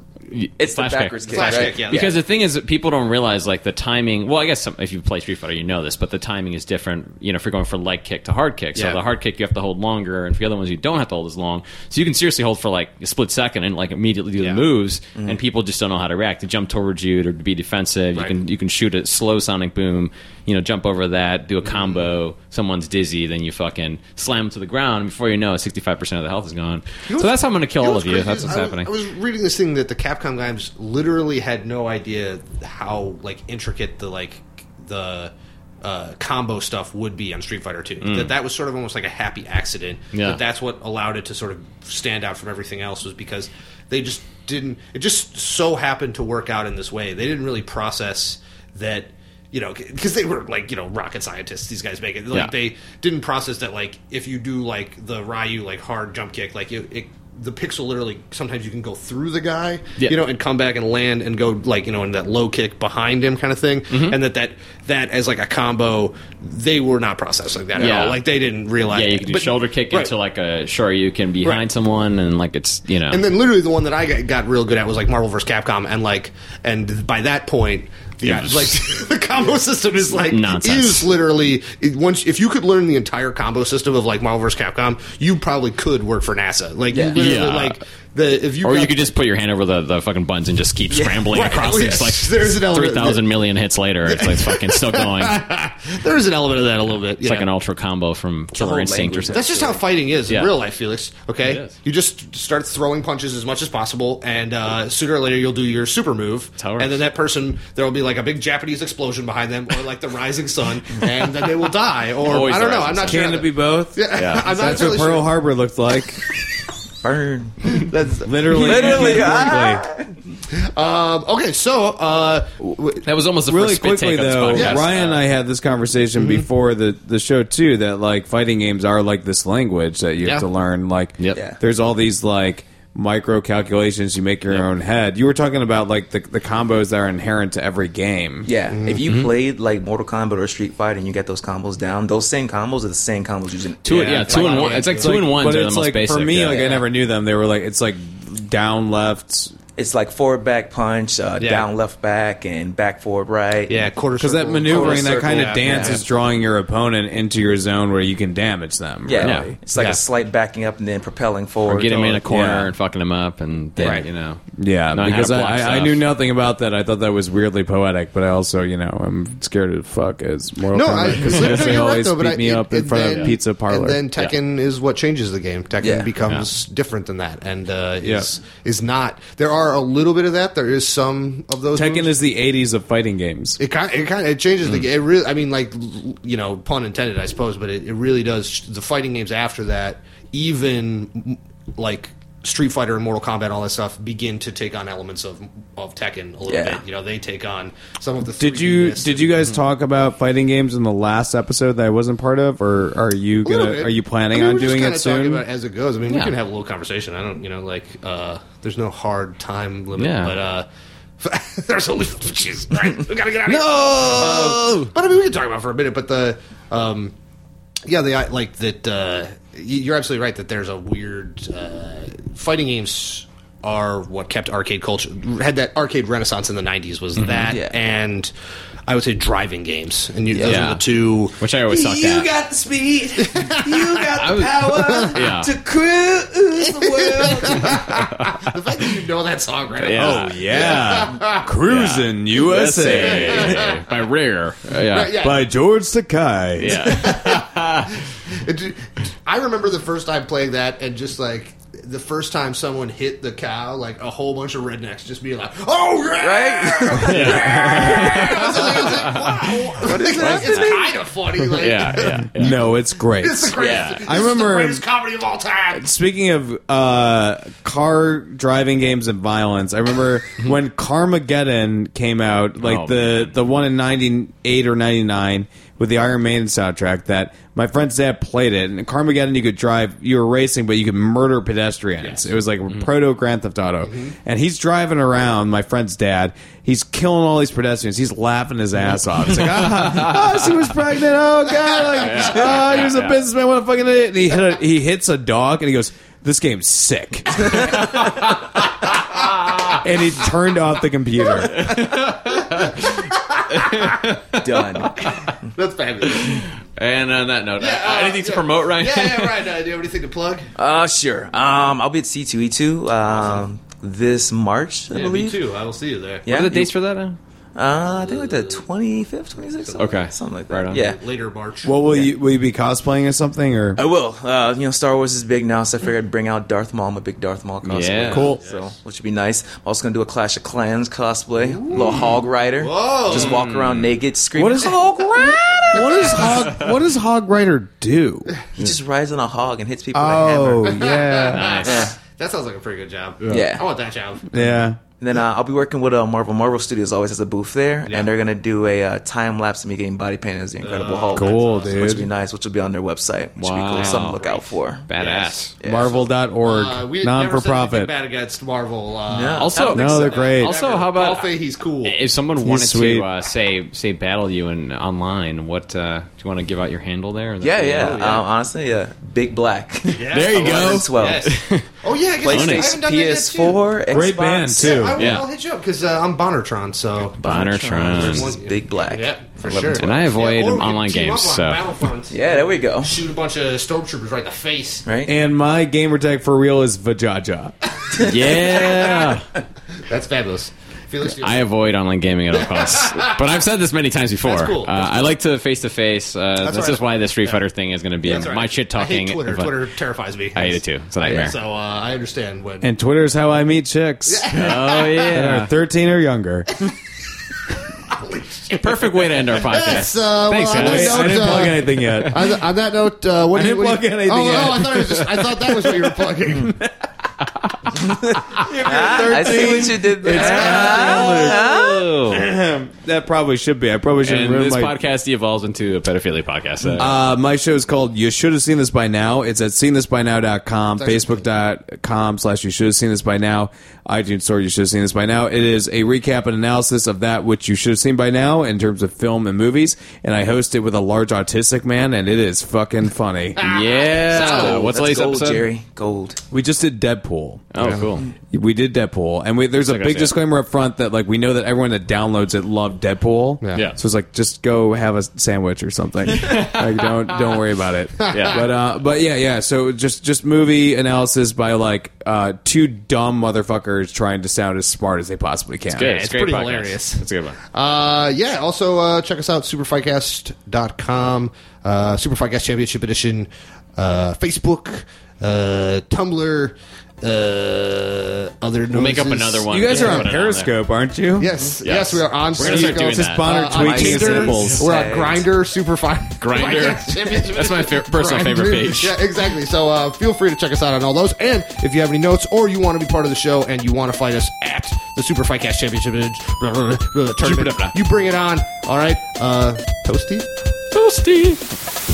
It's the
Flashback.
backwards kick,
Flash
right?
kick, yeah.
Because the thing is, that people don't realize like the timing. Well, I guess some, if you play Street Fighter, you know this, but the timing is different. You know, if you're going for leg kick to hard kick, so
Yeah.
the hard kick you have to hold longer, and for the other ones you don't have to hold as long. So you can seriously hold for like a split second and like immediately do
Yeah. Mm-hmm.
the moves, and people just don't know how to react. To jump towards you, to be defensive,
Right.
you can you can shoot a slow sonic boom, you know, jump over that,
Mm-hmm.
do a combo. Someone's dizzy, then you fucking slam them to the ground, and before you know, it, 65 percent of the health is gone.
know
so
what's-
that's how I'm going to kill
know
all of you.
crazy
That's
is
what's
I was-
happening.
I was reading this thing that the Capcom guys literally had no idea how like intricate the like the uh, combo stuff would be on Street Fighter Two. That that was sort of almost like a happy accident.
Mm. Yeah.
That that's what allowed it to sort of stand out from everything else was because they just didn't. It just so happened to work out in this way. They didn't really process that. You know, because they were like you know rocket scientists. These guys make it. Like
Yeah.
they didn't process that. Like if you do like the Ryu like hard jump kick, like it, it the pixel literally sometimes you can go through the guy,
Yeah.
you know, and come back and land and go like you know in that low kick behind him kind of thing,
Mm-hmm.
and that that that as like a combo, they were not processing that at
Yeah.
all. Like they didn't realize.
yeah, you can do
but-
shoulder kick
right.
into like a sure you can behind
Right.
someone and like it's you know
And then literally the one that I got, got real good at was like Marvel vs. Capcom, and like and by that point. The,
Yeah.
like *laughs* the combo system is like
Nonsense.
is literally it- once if you could learn the entire combo system of like Marvel vs. Capcom, you probably could work for NASA. Like you literally
Yeah.
like the if you
or
got-
you could just put your hand over the, the fucking buttons and just keep scrambling
right.
across
Oh,
these
yeah.
like
There's an element-
three thousand million hits later it's like fucking still going it's
there is an element of that a little bit. It's
like an ultra combo from Killer
whole
Instinct or
language.
something.
That's just how fighting is
Yeah.
in real life, Felix.
It
Okay,
is.
you just start throwing punches as much as possible, and uh, sooner or later you'll do your super move,
how it
and then
works.
that person there will be like a big Japanese explosion behind them, or like the rising *laughs* sun, and then they will die. Or
Always
I don't
the
know.
rising
*laughs* I'm not
sun.
sure.
Can
how
it be
that-
both?
Yeah, I'm not
That's what
really
Pearl
sure.
Harbor looked
*laughs*
like.
Burn.
Literally,
Literally,
quickly.
Um, okay, so uh,
That was almost the
really
first spit
quickly
take on this
though.
podcast.
Ryan and I had this conversation
Mm-hmm.
before the the show too. That like fighting games are like this language that you
Yeah.
have to learn. Like,
Yep. Yeah.
there's all these like micro calculations you make your own head. You were talking about like the the combos that are inherent to every game.
Yeah,
Mm-hmm.
if you played like Mortal Kombat or Street Fighter and you got those combos down, those same combos are the same combos using
Two, yeah, two and one. It's like two and ones
but
are the
it's
most
like
basic.
for me,
yeah.
like I never knew them. They were like it's like down left
It's like forward back punch, uh,
Yeah.
down left back, and back forward right.
yeah, quarter
because that
circle,
maneuvering,
quarter
that kind of
circle, yeah,
dance
yeah.
is drawing your opponent into your zone where you can damage them.
yeah.
right?
Yeah.
It's like
Yeah.
a slight backing up and then propelling forward.
or get him in a corner
Yeah.
and fucking him up and then,
Right.
you know
Yeah,
knowing how
because I,
to block
I, I
stuff.
knew nothing about that. I thought that was weirdly poetic, but I also, you know, I'm scared as fuck as Mortal *laughs*
No, I,
Kombat
*laughs*
because
no,
they
you're right,
always
though, but
beat
I-
me
it-
up in
and
front of
then-
a pizza parlor.
And then Tekken is what changes the game. Tekken
Yeah.
becomes different than that, and uh, is
Yeah.
is not. There are a little bit of that. There is some of those.
Tekken
moves.
is the 80s of fighting games.
It kind, it kind, it changes
Hmm.
the game. It really, I mean, like l- you know, pun intended, I suppose. But it, it really does. The fighting games after that, even m- like Street Fighter and Mortal Kombat, all that stuff, begin to take on elements of of Tekken a little
Yeah.
bit. You know, they take on some of the.
Did you did you guys talk about fighting games in the last episode that I wasn't part of, or are you
A little
gonna
bit.
are you planning
I mean,
on
we're just
doing
kinda
it soon?
Talking about it as it goes. I mean, we
Yeah.
can have a little conversation. I don't, you know, like uh, there's no hard time limit,
Yeah.
but uh, *laughs* there's only jeez, all right, we gotta get out of no! *laughs* here. No, but I mean, we can talk about it for a minute. But the, um, yeah, the I- like that. Uh, y- you're absolutely right that there's a weird uh, fighting games are what kept arcade culture had that arcade renaissance in the 90s was that
Yeah.
and i would say driving games and you, those
Yeah.
are the *laughs* two
which I always sucked at.
got the speed.
*laughs*
You got
I was-
power
Yeah.
cruise the world.
the fact that you know that song right
Yeah. *laughs*
now.
Oh yeah, cruising USA
USA by Rare. Uh, yeah.
Yeah.
by George Sakai.
Yeah.
It ju- I remember the first time playing that and just like the first time someone hit the cow, like a whole bunch of rednecks just being like, "Oh yeah!"
*laughs* Right?
I was like, *laughs* wow. Like, it's kind of funny. Like,
Yeah. *laughs* yeah, yeah.
No, it's great.
it's the greatest.
Yeah.
*laughs*
this
I
is
remember-
the greatest comedy of all time.
Speaking of uh, car driving games and violence, I remember
*laughs*
when Carmageddon came out, like
Oh,
the the one in '98 or '99 with the Iron Maiden soundtrack. That my friend's dad played it, and in Carmageddon you could drive, you were racing, but you could murder pedestrians. It was like
Mm-hmm.
proto Grand Theft Auto, and he's driving around. My friend's dad, he's killing all these pedestrians. He's laughing his ass off. He's like, ah, oh, she was pregnant. Oh god, *laughs* like, oh, he was a businessman. What a fucking idiot. And he hit a, he hits a dog, and he goes. This game's *laughs* sick. and he turned off the computer.
Done.
That's fabulous.
And on that note,
Yeah, uh,
anything to
yeah.
promote, Ryan?
Yeah, yeah, right. Uh, do you have anything to plug?
Uh, sure. Um, I'll be at C2E2 um, this March, I
Yeah,
believe.
me too. I will see you there.
Yeah,
What are the
you-
dates for that? Now?
Uh, I think like the 25th, 26th. something-
Okay.
Something like that.
Right on.
Yeah.
Later March.
Well, will you will you be cosplaying as something or?
I will. Uh, you know, Star Wars is big now, so I figured I'd bring out Darth Maul. I'm a big Darth Maul cosplay.
Yeah.
Cool.
So, which would be nice. I'm also going to do a Clash of Clans cosplay. A little Hog Rider.
Whoa.
Just walk around naked, screaming.
What is Hog Rider? What is Hog? What does Hog Rider do?
He just rides on a hog and hits people
Oh
with a hammer.
yeah,
Yeah.
that sounds like a pretty good job.
Yeah.
I want that job.
yeah.
And then uh, I'll be working with uh, Marvel. Marvel Studios always has a booth there, and they're going to do a uh, time lapse of me getting body painted as the Incredible Hulk.
Oh. Cool,
Which
dude.
would be nice, which will be on their website, which would be
Wow.
cool. Something to look out for.
Badass.
Yes.
Yeah.
Marvel.org,
Uh, we
non for
never said anything
profit.
Bad against Marvel. Uh,
Yeah.
Also-
I don't think
No,
so.
they're great.
Also, how about
Alfie, he's cool.
if someone wanted
sweet.
to uh, say say battle you in online? What uh, do you want to give out your handle there?
Yeah, yeah.
Oh, yeah.
Um, honestly, yeah.
*laughs*
Big Black.
There you
11, 12.
Yes. Oh yeah, I guess I haven't
PlayStation,
done that yet, too.
PS4, Xbox.
Great band
Yeah,
too.
I will,
Yeah.
I'll hit you up because uh, I'm Bonnertron, so.
Bonnertron.
Versus Big Black.
Yeah, for
Eleven,
sure.
twelve.
And I avoid
or we could
online
team up
games,
on
so- *laughs*
Battlefront.
Yeah, there we go.
Shoot a bunch of stormtroopers right in the face.
Right?
And my gamer tag for real is Vajaja.
Um, Yeah,
That's fabulous. Felix,
I
have.
avoid online gaming at all costs. *laughs* but I've said this many times before.
That's cool.
Uh, I like to face to face. Uh, This
right.
is why the Street Fighter thing is going to be in my shit
I hate
talking.
Twitter. Twitter terrifies me.
I hate it too. It's a nightmare.
So uh, I understand when.
And Twitter's how I meet chicks.
*laughs*
Oh
That
yeah,
are 13 or younger.
perfect way to end our podcast.
Yes, uh,
Thanks,
well,
I,
guys.
I didn't
uh,
plug anything *laughs* yet.
On, on that note, uh, what
I
do you
didn't
what do you-
plug anything
Oh,
in.
oh, I thought it was just, I thought that was what you were
*laughs*
plugging.
Ah, I see what you did there. Ah.
*laughs*
Oh.
Um, that probably should be. I probably should
And
ruin
this
my
podcast evolves into a pedophilia podcast. So.
Uh, my show is called You Should Have Seen This By Now. It's at seenthisbynow.com, facebook.com slash You Should Have Seen This By Now, iTunes Store You Should Have Seen This By Now. It is a recap and analysis of that which you should have seen by now in terms of film and movies. And I host it with a large autistic man, and it is fucking funny.
Ah. yeah.
That's
What's the latest
gold,
episode?
Jerry. Gold.
we just did Deadpool.
Oh, cool.
We did Deadpool, and we, there's a
Like I
big
said.
disclaimer up front that like we know that everyone that downloads it loved Deadpool.
Yeah.
So it's like just go have a sandwich or something. like don't don't worry about it.
Yeah.
But uh, but yeah yeah. So just just movie analysis by like uh, two dumb motherfuckers trying to sound as smart as they possibly can.
Good.
it's
great
pretty
podcast.
hilarious.
It's a good one.
Uh, yeah, also uh, check us out.
out superfightcast.com, uh, Superfightcast Championship Edition, uh, Facebook, uh, Tumblr, uh, other
We'll make up
noises.
another one.
You guys
Yeah.
are on
Put it there.
Periscope, aren't you?
Yes, yes, we are on
We're gonna start doing
Just
that.
Bonner
Uh, on
tweaking his
Tinder.
nipples.
We're on
Say.
*laughs*
Grinder Superfightcast *laughs*
Grindr.
Championship
That's my fa- personal favorite
Grindr.
page.
Yeah, exactly. So uh, feel free to check us out on all those. And if you have any notes or you want to be part of the show and you want to fight us at the Super Fight Cast *laughs* Championship uh, tournament, you bring it on. All right, uh, Toasty.
Toasty.